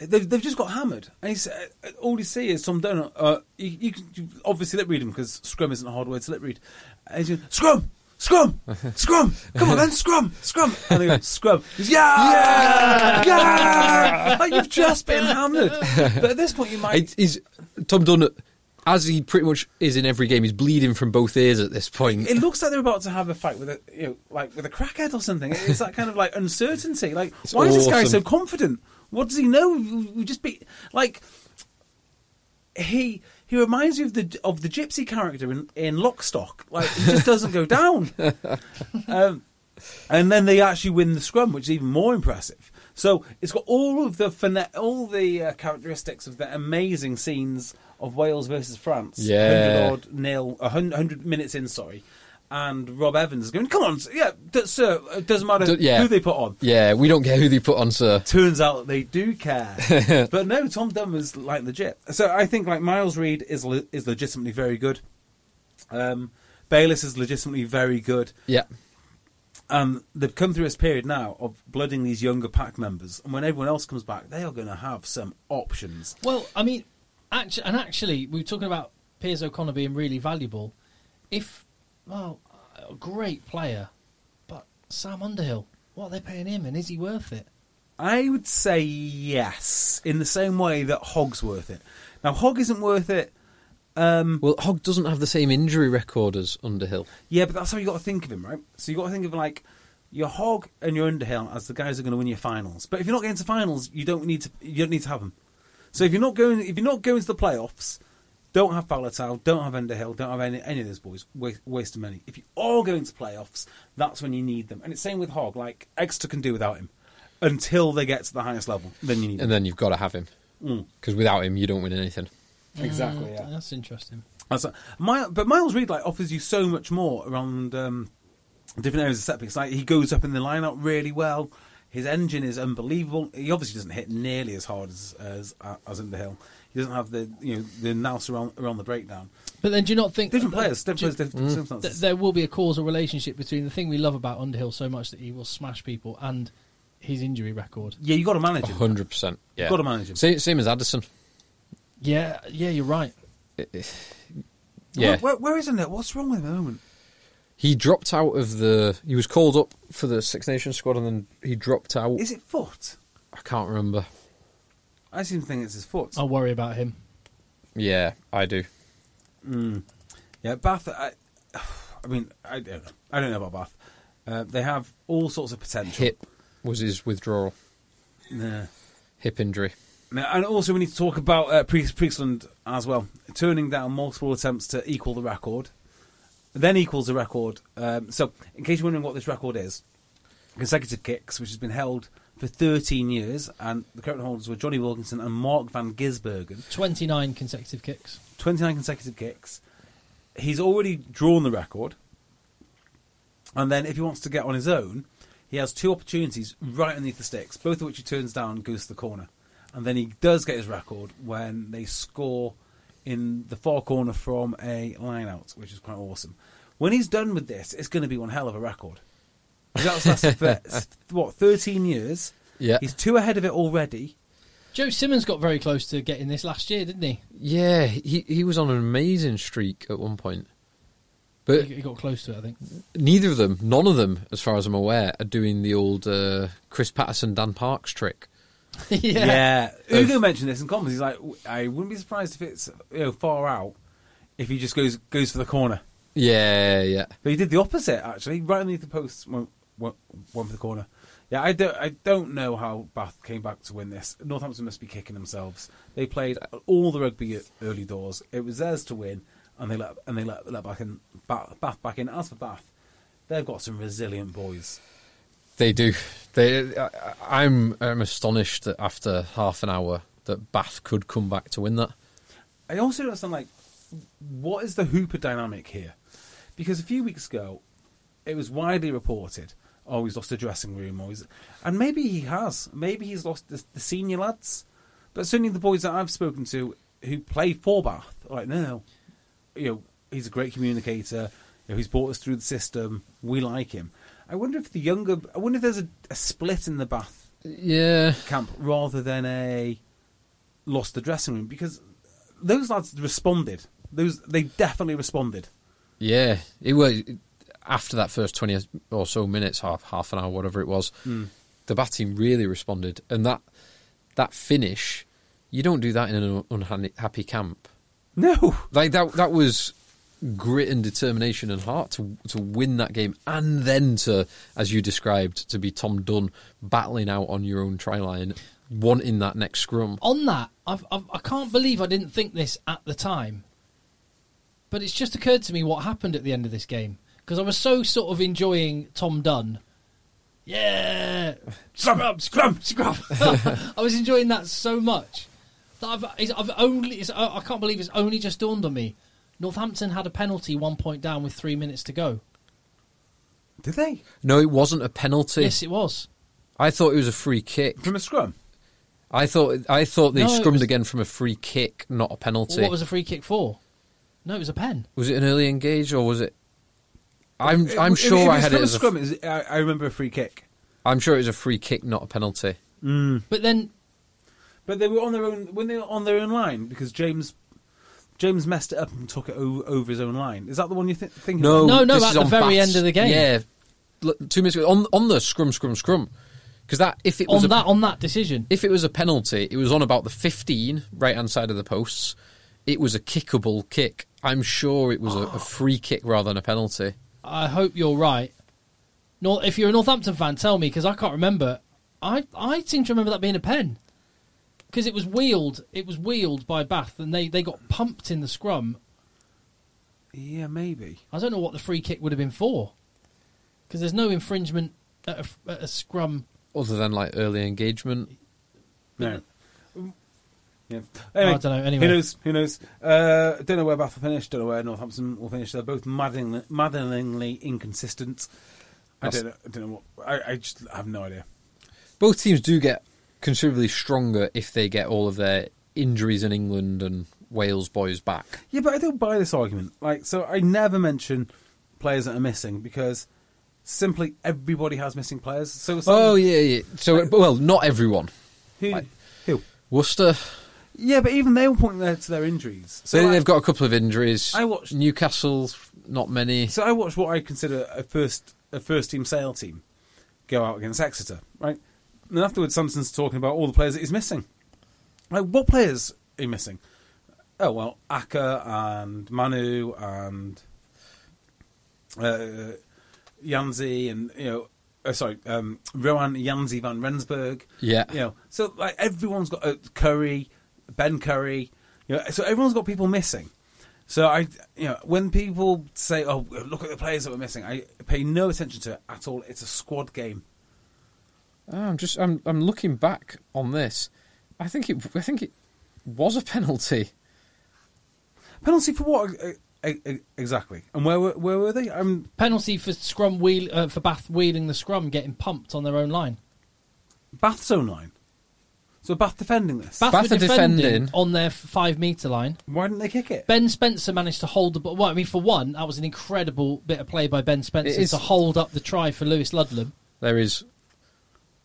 they've, they've just got hammered. And he's, uh, all you see is Tom Donut. Uh, you, you, can- you obviously lip read him because scrum isn't a hard word to lip read. And he's going, scrum! Scrum! Scrum! Come on then, scrum! Scrum! And they go, scrum. He's, yeah! Yeah! Like, you've just been hammered. But at this point, you might.
It is Tom Dunn as he pretty much is in every game, he's bleeding from both ears at this point.
It looks like they're about to have a fight with a, you know, like with a crackhead or something. It's that kind of like uncertainty. Like,
It's
why is this guy so
awesome.
confident? What does he know? We we just be like he he reminds you of the of the gypsy character in in Lockstock. Like, he just doesn't go down. Um, and then they actually win the scrum, which is even more impressive. So it's got all of the fina- all the uh, characteristics of the amazing scenes of Wales versus France.
Yeah.
100 odd nil, 100, 100 minutes in, sorry. And Rob Evans is going, come on, yeah, d- sir, it doesn't matter
Do- yeah.
who they put on.
Yeah, we don't care who they put on, sir.
Turns out they do care. but no, Tom Dunn was like legit. So I think like Miles Reed is le- is legitimately very good. Um, Bayless is legitimately very good
Yeah,
um, they've come through this period now of blooding these younger pack members, and when everyone else comes back, they are going to have some options.
Well, I mean, actually, and actually, we were talking about Piers O'Connor being really valuable. If, well, a great player, but Sam Underhill, what are they paying him, and is he worth it?
I would say yes, in the same way that Hog's worth it. Now, Hog isn't worth it. Mm.
well, Hogg doesn't have the same injury record as Underhill.
Yeah, but that's how you got to think of him, right? So you got to think of like your Hog and your Underhill as the guys who are going to win your finals. But if you're not getting to finals, you don't need to. You don't need to have them. So if you're not going, if you're not going to the playoffs, don't have Palatine, don't have Underhill, don't have any, any of those boys. Waste, waste of money. If you are going to playoffs, that's when you need them. And it's same with Hog. Like Exeter can do without him until they get to the highest level. Then you need them.
And then you've got to have him
Mm.
because without him, you don't win anything.
exactly. Oh, Yeah.
That's interesting.
That's a, My, but Miles Reed like offers you so much more around um, different areas of set piece. Like he goes up in the lineup really well. His engine is unbelievable. He obviously doesn't hit nearly as hard as as, uh, as Underhill. He doesn't have the you know the nous around around the breakdown.
But then, do you not think
Different
uh,
players,
do-
different players,
Mm.
different
th-
circumstances.
there will be a causal relationship between the thing we love about Underhill so much that he will smash people and his injury record?
yeah, you got to manage him.
hundred percent. Yeah,
Gotta manage him.
Same, same as Addison.
Yeah, yeah, you're right.
Yeah,
Where- where- where is Underhill? What's wrong with him at the moment?
he dropped out of the. He was called up for the Six Nations squad, and then he dropped out.
Is it foot?
I can't remember.
I seem to think it's his foot.
Oh.
I'll worry about him.
Yeah, I do.
Yeah, Bath. I, I mean, I don't know. I don't know about Bath. Uh, they have all sorts of potential.
Hip was his withdrawal.
Yeah.
Hip injury.
Now, and also, we need to talk about uh, Priest, Priestland as well, turning down multiple attempts to equal the record, then equals the record. Um, so, in case you're wondering what this record is, consecutive kicks, which has been held for 13 years, and the current holders were Johnny Wilkinson and Mark Van Gisbergen.
29 consecutive kicks.
29 consecutive kicks. He's already drawn the record. And then if he wants to get on his own, he has two opportunities right underneath the sticks, both of which he turns down and goes to the corner. And then he does get his record when they score in the far corner from a line out, which is quite awesome. When he's done with this, it's going to be one hell of a record. 'Cause That's, that's for, s- what, 13 years?
Yeah.
He's two ahead of it already.
Joe Simmons got very close to getting this last year, didn't he?
Yeah, he he was on an amazing streak at one point.
Uh,
But
He he got close to it, I think.
neither of them, none of them, as far as I'm aware, are doing the old uh, Chris Patterson, Dan Parks trick.
yeah.
Yeah.
Of-
Ugo mentioned this in comments. He's like, "W- I wouldn't be surprised if it's you know, far out if he just goes goes for the corner.
Yeah, yeah.
But he did the opposite actually, right underneath the post, went, went, went for the corner. Yeah, I don't, I don't know how Bath came back to win this. Northampton must be kicking themselves. They played all the rugby at early doors. It was theirs to win, and they let and they let, let back in Ba- Bath back in. As for Bath, they've got some resilient boys.
They do. They. I, I- I'm I'm astonished that after half an hour that Bath could come back to win that.
I also don't understand like what is the Hooper dynamic here? Because a few weeks ago, it was widely reported, oh, he's lost the dressing room, or he's... and maybe he has. Maybe he's lost the, the senior lads, but certainly the boys that I've spoken to who play for Bath, are like no, you know, he's a great communicator. You know, he's brought us through the system. We like him. I wonder if the younger. I wonder if there's a, a split in the Bath
Yeah.
camp rather than a lost the dressing room because those lads responded. Those they definitely responded.
Yeah, it was after that first twenty or so minutes, half half an hour, whatever it was. The bat team really responded, and that that finish, you don't do that in an un- unhappy camp.
No.
Like that that was grit and determination and heart to to win that game and then to as you described to be Tom Dunn battling out on your own try line wanting that next scrum.
On that, I've, I've, I can't believe I didn't think this at the time. But it's just occurred to me what happened at the end of this game because I was so sort of enjoying Tom Dunn. Yeah, scrum, scrum, scrum. I was enjoying that so much that I've, it's, I've only it's, I I can't believe it's only just dawned on me. Northampton had a penalty, one point down, with three minutes to go.
Did they?
No, it wasn't a penalty.
Yes, it was.
I thought it was a free kick.
From a scrum?
I thought I thought they
No, it
scrummed
was-
again from a free kick, not a penalty.
Well, what was a free kick for? No, it was a pen.
Was it an early engage or was it? I'm
It-
I'm
it-
sure
it
I
was
had
from
it
a
as a,
scrum. Is- I I remember a free kick.
am sure it was a free kick, not a penalty.
Hmm.
But then
But they were on their own when they were on their own line because James James messed it up and took it o- over his own line. Is that the one you think? thinking?
No,
of?
No, no,
this
at
is
the
on
very
Bath's-
end of the game.
Yeah, Look, two minutes ago, on on the scrum, scrum, scrum. Because that if it was
on
a,
that on that decision,
if it was a penalty, it was on about the 15 right hand side of the posts. It was a kickable kick. I'm sure it was
Ah.
a, a free kick rather than a penalty.
I hope you're right. Nor- if you're a Northampton fan, tell me because I can't remember. I I seem to remember that being a pen because it was wheeled. It was wheeled by Bath, and they they got pumped in the scrum.
Yeah, maybe.
I don't know what the free kick would have been for because there's no infringement at a, at a scrum.
Other than like early engagement,
No. Yeah.
I dunno, anyway.
who knows? Who knows? Uh, don't know where Bath will finish. Don't know where Northampton will finish. They're both maddeningly, maddeningly inconsistent. I
That's-
don't know. I don't know what. I, I just have no idea.
both teams do get considerably stronger if they get all of their injuries in England and Wales boys back.
Yeah, but I don't buy this argument. Like, so I never mention players that are missing because simply everybody has missing players. So it's
Oh yeah, yeah. So well, not everyone.
who, who?
Worcester,
Yeah, but even they were pointing there to their injuries. So
they,
I-
they've got a couple of injuries.
I watched-
Newcastle, not many.
So I watched what I consider a first a first team sale team go out against Exeter, right? And then afterwards, Samson's talking about all the players that he's missing. Like, what players are you missing? Oh well, Akka and Manu and uh, Yanzi and you know, uh, sorry, um, Rohan Yanzi van Rensburg.
Yeah.
you know, so like everyone's got uh, Curry, Ben Curry. You know, so everyone's got people missing. So I, you know, when people say, "Oh, look at the players that were missing," I pay no attention to it at all. It's a squad game.
Oh, I'm just I'm I'm looking back on this. I think it I think it was a penalty.
Penalty for what uh, uh, uh, exactly? And where were where were they? Um, I'm
Penalty for scrum wheel uh, for Bath wheeling the scrum, getting pumped on their own line.
Bath's own line. So Bath defending this.
Bath,
Bath
were
are
defending,
defending.
on their five metre line.
Why didn't they kick it?
Ben Spencer managed to hold the ball. Well, I mean, for one, that was an incredible bit of play by Ben Spencer
is-
to hold up the try for Lewis Ludlam.
There is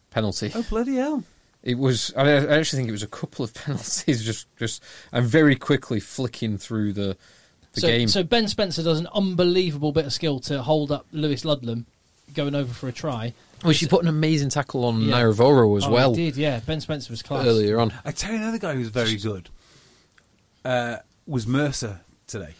penalty.
oh bloody hell!
It was I, mean, I actually think it was a couple of penalties. Just just I'm very quickly flicking through the the
so,
game.
so Ben Spencer does an unbelievable bit of skill to hold up Lewis Ludlam going over for a try.
well, she put an amazing tackle on
Yeah.
Nairavoro as
Oh,
well
he did yeah. Ben Spencer was class.
earlier on.
I tell you, another guy who's very good uh, was Mercer today.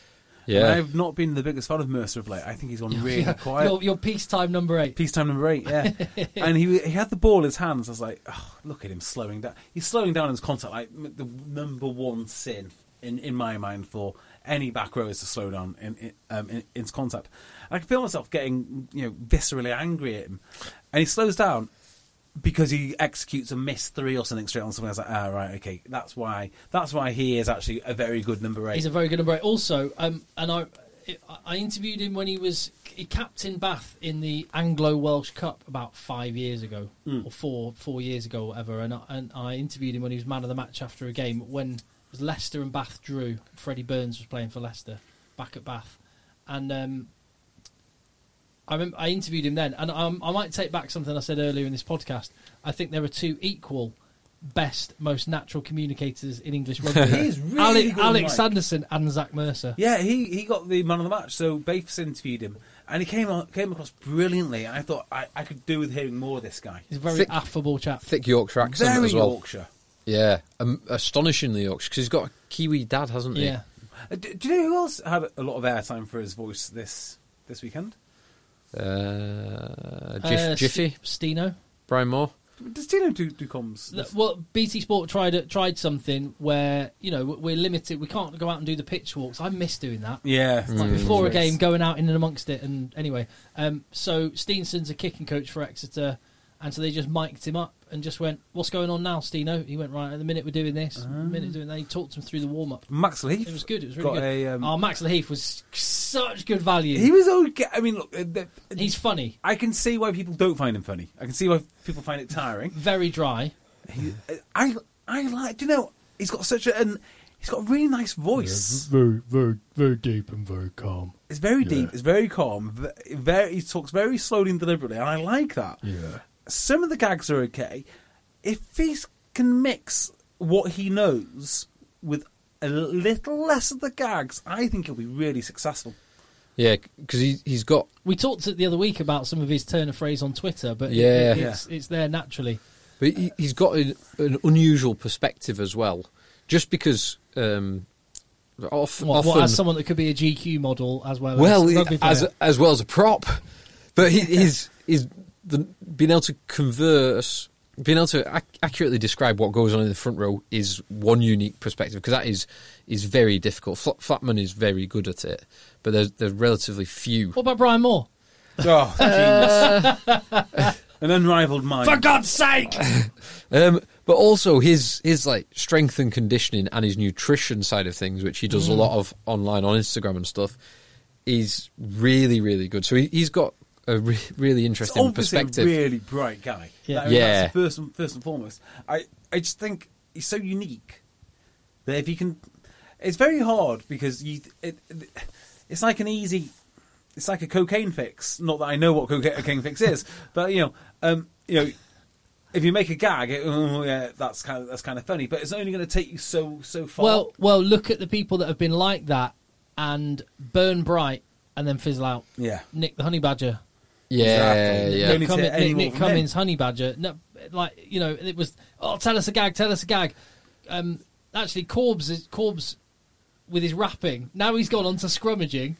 Yeah.
and I've not been the biggest fan of Mercer of late. I think he's on really
Yeah,
quiet.
Your, your peacetime number eight.
Peacetime number eight, yeah. and he he had the ball in his hands. I was like, oh, look at him slowing down. He's slowing down his contact, like m- the number one sin in, in my mind for any back row is to slow down in in, um, in, in his contact. I can feel myself getting you know viscerally angry at him, and he slows down because he executes a miss three or something straight on something. I was like, ah, right, okay, that's why that's why he is actually a very good number eight.
He's a very good number eight. Also, um, and I, I interviewed him when he was he captained Bath in the Anglo Welsh Cup about five years ago
Hmm.
or four four years ago, or whatever. And I, and I interviewed him when he was man of the match after a game when it was Leicester and Bath drew. Freddie Burns was playing for Leicester back at Bath, and um, I remember I interviewed him then, and um, I might take back something I said earlier in this podcast. I think there are two equal best, most natural communicators in English rugby.
He's really
Ale-
good,
Alex
Mike.
Sanderson and Zach Mercer.
Yeah, he, he got the man of the match. So Bates interviewed him, and he came on, came across brilliantly. And I thought I, I could do with hearing more of this guy.
He's a very
Thick-
affable chap.
Thick Yorkshire accent
Very
as well.
Yorkshire.
Yeah, um, astonishingly Yorkshire because he's got a Kiwi dad, hasn't he?
Yeah.
Uh, Do, do you know who else had a lot of airtime for his voice this this weekend?
Uh,
eh?
Jiff,
Uh, S-
Jiffy,
Stino.
Brian Moore.
Does Tino do, do comms?
Th- Well, BT Sport tried tried something where you know we're limited. We can't go out and do the pitch walks. I miss doing that.
yeah,
Mm.
Like before a game, going out in and amongst it. And anyway, um, so Steenson's a kicking coach for Exeter, and so they just mic'd him up and just went, "What's going on now, Steeno?" He went, "Right, at the minute we're doing this, the minute doing that." He talked him through the warm up.
Max Leaf.
It was good. It was really
got
good.
A, um,
oh, Max Leheath was such good value.
he was okay. I mean, look, uh, the-
He's funny,
I can see why people don't find him funny. I can see why people find it tiring.
very dry.
He, I I like. Do you know? He's got such a. An, he's got a really nice voice.
Very, very, very deep and very calm.
It's very deep. It's very calm. ve- Very. He talks very slowly and deliberately, and I like that.
Yeah.
Some of the gags are okay. If he s- can mix what he knows with a little less of the gags, I think he'll be really successful.
Yeah, because he, he's got
We talked the other week about some of his turn of phrase on Twitter, but it-
Yeah.
it- it's, it's there naturally.
But he, he's got an, an unusual perspective as well, just because um, off,
What,
often
what, as someone that could be a GQ model as well.
well
as,
he-
rugby
as
player.
as well as a prop, but he, he's he's the, being able to converse, being able to ac- accurately describe what goes on in the front row is one unique perspective because that is is very difficult. Fla- Flatman is very good at it, but there's there's relatively few.
what about Brian Moore?
Oh, an unrivaled mind.
God's sake!
Um, but also his his like strength and conditioning and his nutrition side of things, which he
Mm.
does a lot of online on Instagram and stuff, is really really good. So he, he's got a re- really
It's
interesting
obviously
perspective.
a really bright guy.
Yeah.
I mean,
Yeah.
that's first and first and foremost, I I just think he's so unique that if you can, it's very hard because you it, it's like an easy, it's like a cocaine fix. Not that I know what coca- cocaine fix is, but you know, um, you know. If you make a gag, it, oh, yeah, that's kind of that's kind of funny, but it's only going to take you so so far.
Well, well, look at the people that have been like that and burn bright and then fizzle out.
yeah,
Nick the Honey Badger,
yeah,
Exactly. Really-
yeah.
Nick,
need to
Cummin-
hear any
Nick,
more
Nick
from him.
Cummins Honey Badger. No, like you know, it was oh, tell us a gag, tell us a gag. Um, actually, Corbs is Corbs with his rapping. Now he's gone on to scrummaging.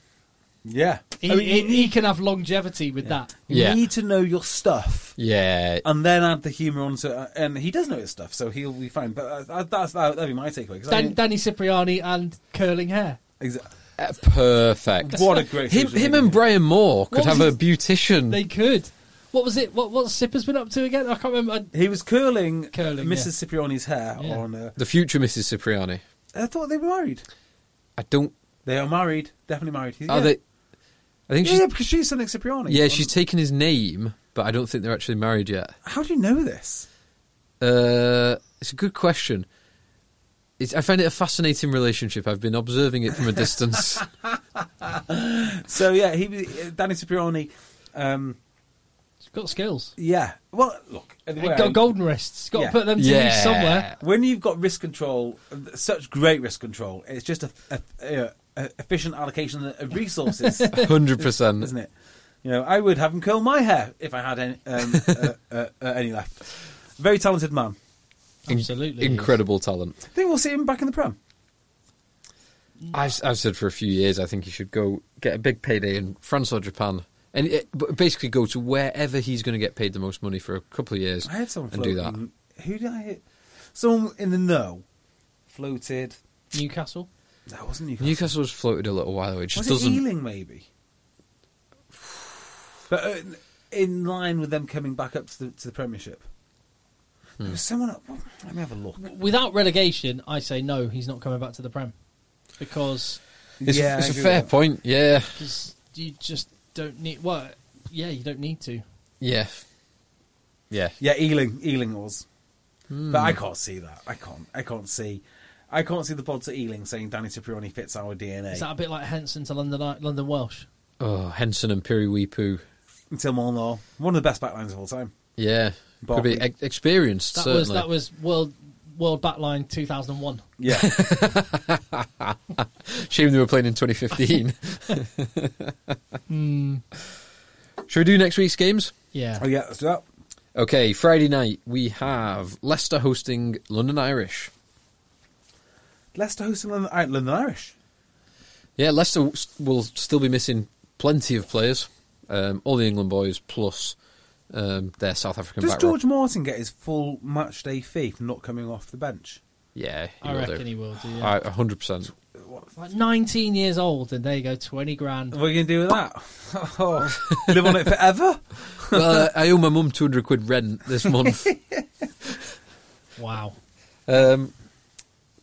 yeah.
He,
I mean,
he,
you
he can have longevity with that.
need-
Yeah.
you need to know your stuff.
yeah.
and then add the humour onto it. And he does know his stuff, so he'll be fine. But uh, that- that's that, that'd be my takeaway. 'cause I
Dan,
mean-
Danny Cipriani and curling hair.
exa-
Uh, perfect.
What a great
him,
social
him
media.
and Brian Moore could
What
have a
was
beautician.
They could. What was it? What what Sipper's been up to again? I can't remember. I-
he was curling,
Curling,
Mrs.
yeah.
Cipriani's hair
Yeah.
on. Uh,
the future Mrs Cipriani.
I thought they were married.
I don't.
They are married, definitely married. He-
Are
yeah.
they? I think
Yeah,
she's.
yeah, because she's something Cipriani.
Yeah,
Um,
she's taken his name, but I don't think they're actually married yet.
How do you know this?
Uh, it's a good question. It's, I find it a fascinating relationship. I've been observing it from a distance.
So yeah, he was- uh, Danny Cipriani. Um,
He's got skills.
yeah. Well, look. the way I-
got golden wrists. Got
Yeah.
to put them to
Yeah.
use somewhere.
when you've got risk control, such great risk control, it's just a, a, a, a efficient allocation of resources.
Hundred percent.
isn't it? You know, I would have him curl my hair if I had any, um, uh, uh, uh, any left. Very talented man.
Absolutely.
Incredible talent.
I think we'll see him back in the prem.
I've, I've said for a few years. I think he should go get a big payday in France or Japan, and it, but basically go to wherever he's going to get paid the most money for a couple of years.
I had someone
and
floating.
do that.
Who did I? Hit? Someone in the know floated.
Newcastle.
That wasn't Newcastle.
Newcastle was floated a little while ago. It just
was
doesn't.
it Ealing maybe? But uh, in line with them coming back up to the to the Premiership.
Hmm.
There was someone up. Let me have a look.
Without relegation, I say no. He's not coming back to the Prem because
It's,
Yeah, I
it's a
agree
fair
with that.
point. Yeah,
'cause you just don't need. Well, yeah, you don't need to.
yeah, yeah.
Yeah, Ealing, Ealing was,
Hmm.
but I can't see that. I can't. I can't see. I can't see the pods at Ealing saying Danny Cipriani fits our DNA
Is that a bit like Henson to London London Welsh?
Oh, Henson and Piri Weepu.
until Molnar, one of the best backlines of all time.
Yeah, could
Barkley.
be ex- experienced.
That
certainly.
was that was world world backline 2001.
Yeah,
Shame they were playing in 2015.
Hmm.
Should we do next week's games?
Yeah.
oh yeah, let's do that.
Okay, Friday night we have Leicester hosting London Irish.
Leicester hosting uh, London, I- London Irish.
Yeah, Leicester w- s- will still be missing plenty of players. Um, all the England boys plus um, their South African
Does
back row.
George Martin get his full match day fee for not coming off the bench?
Yeah,
I
will
reckon
do.
he will do. Yeah.
I- a hundred percent.
Like 19 years old, and there you go, 20 grand.
What are you going to do with that? Oh, live on it forever?
Well, uh, I I owe my mum two hundred quid rent this month.
Wow.
um,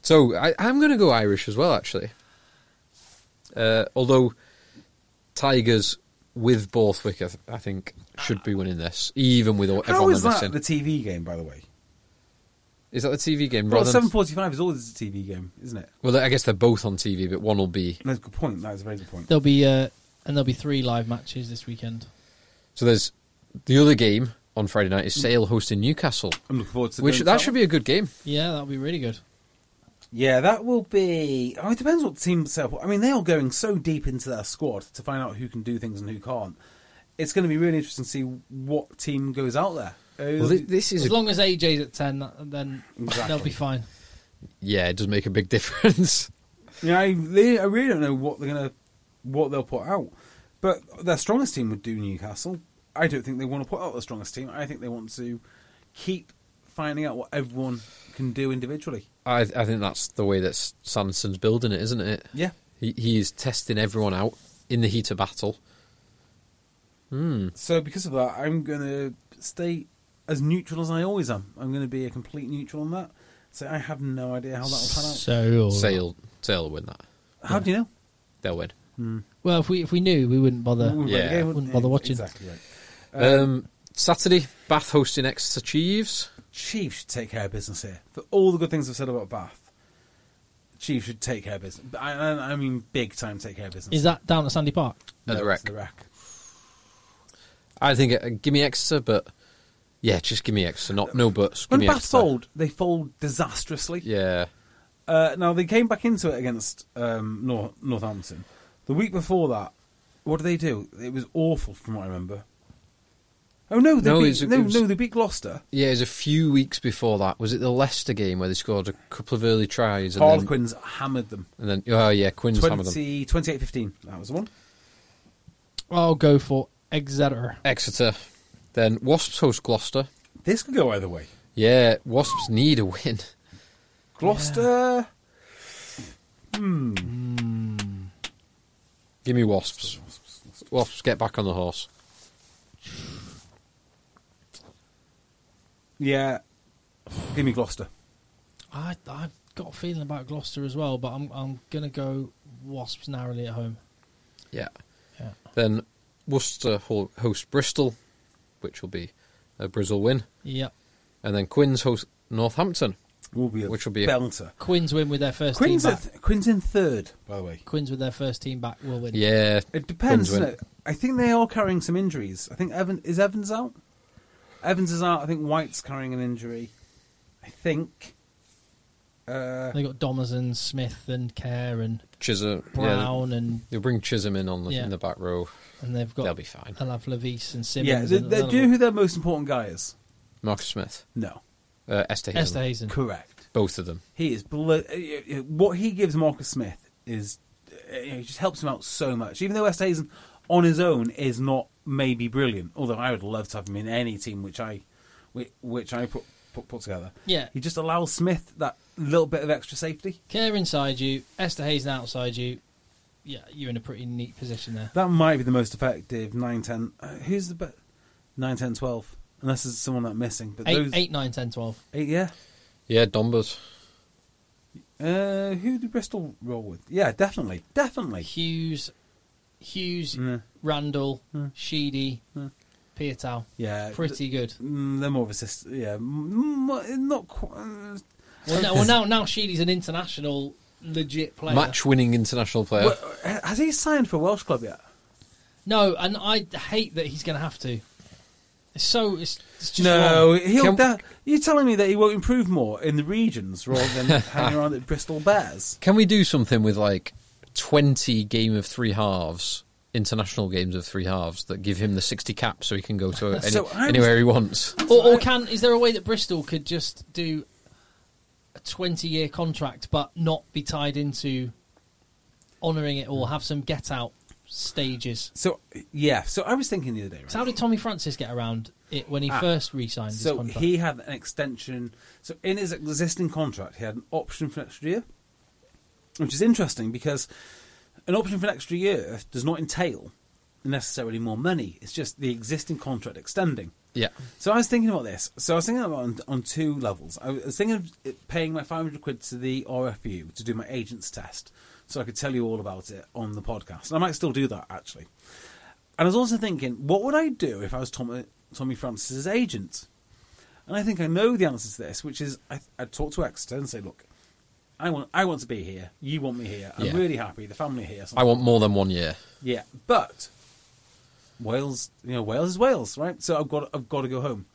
so I, I'm going to go Irish as well, actually. Uh, although Tigers with Borthwick, I, th- I think, should be winning this, even with all,
How
everyone
is
they're
that
missing.
the TV game, by the way?
is that the TV game?
Well,
rather than-
7.45 is always a TV game, isn't it?
well, I guess they're both on TV, but one will be
That's a good point. That is a very good point.
There'll be uh, and there'll be three live matches this weekend.
So there's the other game on Friday night
Mm.
is Sale hosting Newcastle,
I'm looking forward to
which
going to
that should be a good game.
Yeah, that'll be really good.
Yeah, that will be. Oh, it depends what team set up. I mean, they are going so deep into their squad to find out who can do things and who can't. It's going to be really interesting to see what team goes out there. Uh,
Well, thi- this is
As
a,
long as AJ's at 10, that- then
Exactly.
they'll be fine.
yeah, it does make a big difference.
Yeah, I, they, I really don't know what they're gonna what they'll put out. But their strongest team would do Newcastle. I don't think they want to put out their strongest team. I think they want to keep finding out what everyone can do individually.
I, I think that's the way that S- Sanson's building it, isn't it?
Yeah.
he, he is testing everyone out in the heat of battle.
So because of that, I'm gonna stay as neutral as I always am. I'm gonna be a complete neutral on that. So I have no idea how that will pan out.
So oh.
Sale, Sale will win that.
How do you know?
They'll win.
Well, if we if we knew, we wouldn't bother.
Wouldn't
yeah.
bother-
uh, Wouldn't bother watching.
eh? Exactly right. Uh,
Um, Saturday, Bath hosting Exeter Chiefs.
Chiefs should take care of business here. For all the good things I've said about Bath, Chiefs should take care of business. I, I, I mean, big time take care of business.
Is that down at Sandy Park?
At
No,
the
it's
rec. I think uh, give me Exeter, but yeah, just give me Exeter. Not no buts. Give
When
me
Bath
Exeter.
fold, they fold disastrously.
yeah,
Uh, now they came back into it against um, North, Northampton. The week before that, what did they do? It was awful, from what I remember. Oh no, they
No,
beat,
it's- it
no,
was-
no, they beat Gloucester.
Yeah, it was a few weeks before that. Was it the Leicester game where they scored a couple of early tries? And
Harlequins hammered them.
Then, and then, oh yeah, Quinn's hammered them.
20, 28-15, That was the one.
I'll go for Exeter.
Exeter. Then Wasps host Gloucester.
This could go either way.
Yeah, Wasps need a win.
Gloucester.
Give me Wasps. Wasps get back on the horse.
Yeah. Give me Gloucester.
I I've got a feeling about Gloucester as well, but I'm I'm gonna go Wasps narrowly at home.
Yeah.
Yeah.
Then Worcester ho- host Bristol, which will be a Bristol win.
Yeah.
And then Quinn's host Northampton.
Will be a
Which will be a-
belter.
Quins win with their first
Quinn's,
team
a
back.
th- Quinn's in third, by the way.
Quins with their first team back will win.
Yeah.
It depends.
Quinn's win.
Isn't it? I think they are carrying some injuries. I think Evan is Evans out. Evans is out. I think White's carrying an injury. I think. Uh,
They got Domazon, Smith, and Kerr, and
Chisholm. Yeah,
Brown, and
you'll bring Chisholm in on the,
Yeah.
in the back row.
and they've got
They'll be fine.
They'll have Lavis and Simmons.
yeah, they,
and
they,
they'll
do you know
have-
who their most important guy is?
Marcus Smith.
No,
Uh, Esther Hazen.
Esther Hazen.
correct.
Both of them.
He is. Blo- uh, uh, uh, what he gives Marcus Smith is uh, he just helps him out so much. Even though West Hazen on his own is not maybe brilliant, although I would love to have him in any team which I whi- which I put put, put together.
Yeah.
he just allows Smith that little bit of extra safety.
Kerr inside you, Esther Hazen outside you. Yeah, you're in a pretty neat position there.
That might be the most effective 9 10. Uh, who's the best? 9 10 12. Unless there's someone that's missing. But
Eight,
those,
eight, nine, ten, twelve.
Eight, yeah.
Yeah, Dombers.
Uh, who did Bristol roll with? Yeah, definitely. Definitely.
Hughes, Hughes,
Mm.
Randall, Sheedy, Piatow.
Yeah.
Pretty good.
Mm, they're more of a sis- Yeah. Mm, mm, not quite.
Well, now, well, now, now Sheedy's an international legit player.
Match winning international player.
Has he signed for a Welsh club yet?
No, and I hate that he's going to have to. It's so it's, it's just
No,
wrong.
he'll.
Can-
da- you're telling me that he won't improve more in the regions rather than hanging around at Bristol Bears?
Can we do something with like 20 game of three halves, international games of three halves that give him the 60 cap so he can go to any,
So I was-
anywhere he wants?
Or, or can is there a way that Bristol could just do a twenty year contract but not be tied into honouring it all, have some get out stages.
So yeah, so I was thinking the other day. Right?
So how did Tommy Francis get around it when he
Ah.
first re-signed his
So
contract?
he had an extension. So in his existing contract, he had an option for an extra year, which is interesting because an option for an extra year does not entail necessarily more money. It's just the existing contract extending.
Yeah.
So I was thinking about this. So I was thinking about it on, on two levels. I was thinking of it- paying my 500 quid to the RFU to do my agent's test so I could tell you all about it on the podcast. And I might still do that, actually. And I was also thinking, what would I do if I was Tommy, Tommy Francis's agent? And I think I know the answer to this, which is I, I'd talk to Exeter and say, look, I want, I want to be here. You want me here. I'm
Yeah.
really happy. The family here.
I want more than one year.
Yeah, but Wales, you know, Wales is Wales, right? So I've got, I've got to go home.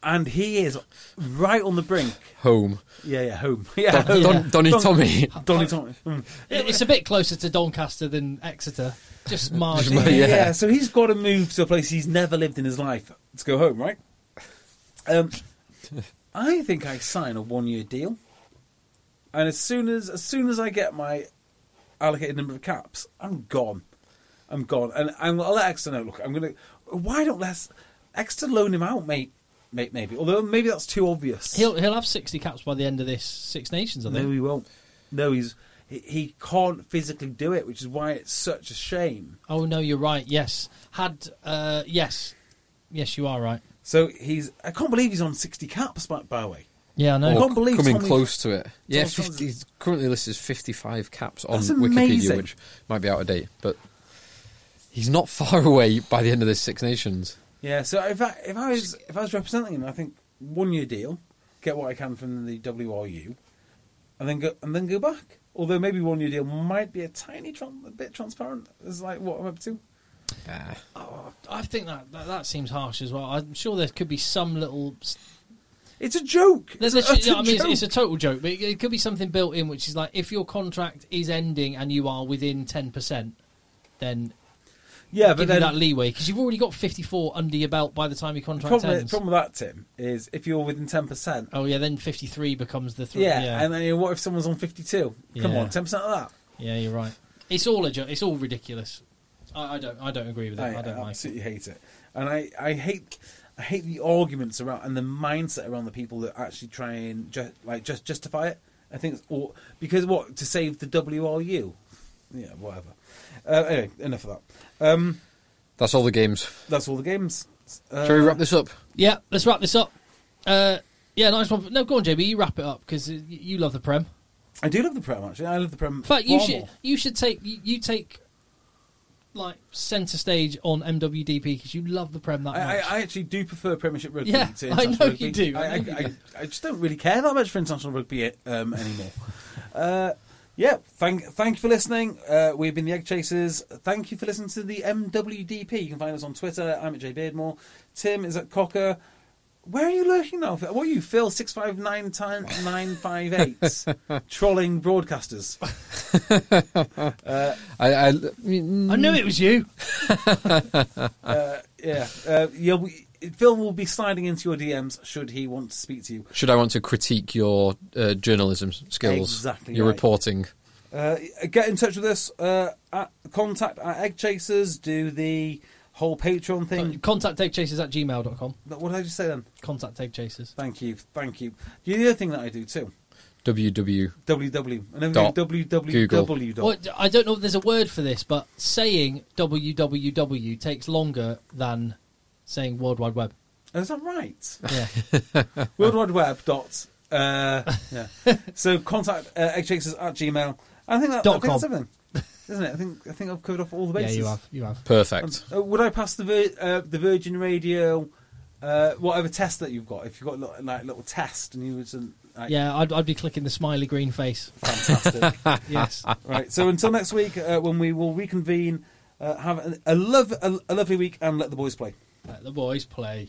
And he is right on the brink.
Home.
Yeah, yeah, home. Yeah, home.
Don, Don, Donny
Don-
Tommy.
Donny Tommy. Mm.
It- it's a bit closer to Doncaster than Exeter, just marginally.
yeah. so he's got to move to a place he's never lived in his life to go home, right? Um, I think I sign a one-year deal, and as soon as as soon as I get my allocated number of caps, I'm gone. I'm gone, and I'm, I'll let Exeter know. Look, I'm gonna. Why don't let's Exeter loan him out, mate? Mate, maybe. Although maybe that's too obvious.
He'll he'll have sixty caps by the end of this Six Nations, I think.
No, he won't. No, he's he, he can't physically do it, which is why it's such a shame.
Oh no, you're right. Yes, had uh, yes, yes, you are right.
So he's. I can't believe he's on 60 caps, by, by the way.
Yeah, I know.
Or- can't believe
coming
Tommy-
close to it. Yeah,
Tom-
50, he's currently listed as 55 caps on
That's
Wikipedia,
amazing.
which might be out of date, but he's not far away by the end of this Six Nations.
Yeah. So if I if I was if I was representing him, I think one year deal, get what I can from the WRU, and then go and then go back. Although maybe one year deal might be a tiny tran a bit transparent. Is like what I'm up to.
Ah.
I think that, that that seems harsh as well. I'm sure there could be some little.
It's a joke.
There's
it's
literally,
an
I
utter
mean, it's,
joke.
it's a total joke, but it, it could be something built in, which is like if your contract is ending and you are within ten percent, then
yeah,
give
but
you
then
that leeway because you've already got 54 under your belt by the time your
the
contract
problem,
ends.
problem with that Tim is if you're within 10 percent.
Oh yeah, then 53 becomes the three.
Yeah,
Yeah,
and then you know, what if someone's on 52? Come
Yeah.
on, 10 percent of that.
yeah, you're right. It's all a jo- it's all ridiculous. I, I don't I don't agree with it. I,
I,
don't like it.
absolutely hate it, and I, I hate I hate the arguments around and the mindset around the people that actually try and ju- like just justify it. I think it's all because what to save the WRU, yeah, whatever. Uh, anyway, enough of that. Um,
That's all the games.
that's all the games. Uh,
Shall we wrap this up?
Yeah, let's wrap this up. Uh, yeah, nice one. No, go on, JB. You wrap it up because you love the prem.
I do love the prem actually. I love the prem.
In fact, you
far
should
more.
you should take you, you take like centre stage on MWDP because you love the prem that much.
I, I, I actually do prefer Premiership rugby
Yeah,
to
I
international
know
rugby.
you do, I
I, I,
know you
I,
do.
I just don't really care that much for international rugby um, anymore. uh, yeah, thank thank you for listening. Uh, we've been the Egg Chasers. Thank you for listening to the MWDP. You can find us on Twitter. I'm at J Beardmore. Tim is at Cocker. Where are you lurking now? Phil? What are you, Phil? Six five nine time nine five eight, trolling broadcasters.
I, I, I mean,
I knew it was you.
Yeah, uh, you'll be, Phil will be sliding into your DMs should he want to speak to you.
should I want to critique your uh, journalism skills?
Exactly
Your
right.
reporting.
Uh, get in touch with us. Uh, at contact at Egg Chasers. Do the whole Patreon thing.
Contact Chasers at gmail.com.
what did I just say then?
Contact Dave Chasers.
Thank you, thank you. Do the other thing that I do too.
WW.
WW. I never
Dot
do WW.
Google.
W dot.
What, I don't know if there's a word for this, but saying www takes longer than saying World Wide Web.
Oh, Is that right?
Yeah.
World Wide Web dot. Uh, yeah. so contact uh, eggchasers at gmail. I think that
Dot
I think that's
com.
everything, isn't it? I think I think I've covered off all the
yeah,
bases.
you have. You have.
Perfect.
Uh, would I pass the vir- uh, the Virgin Radio, uh, whatever test that you've got? If you've got li- like a little test and you was an, like,
Yeah, I'd, I'd be clicking the smiley green face.
fantastic.
Yes.
right. So until next week, uh, when we will reconvene, uh, have a, a love a, a lovely week and let the boys play.
Let the boys play.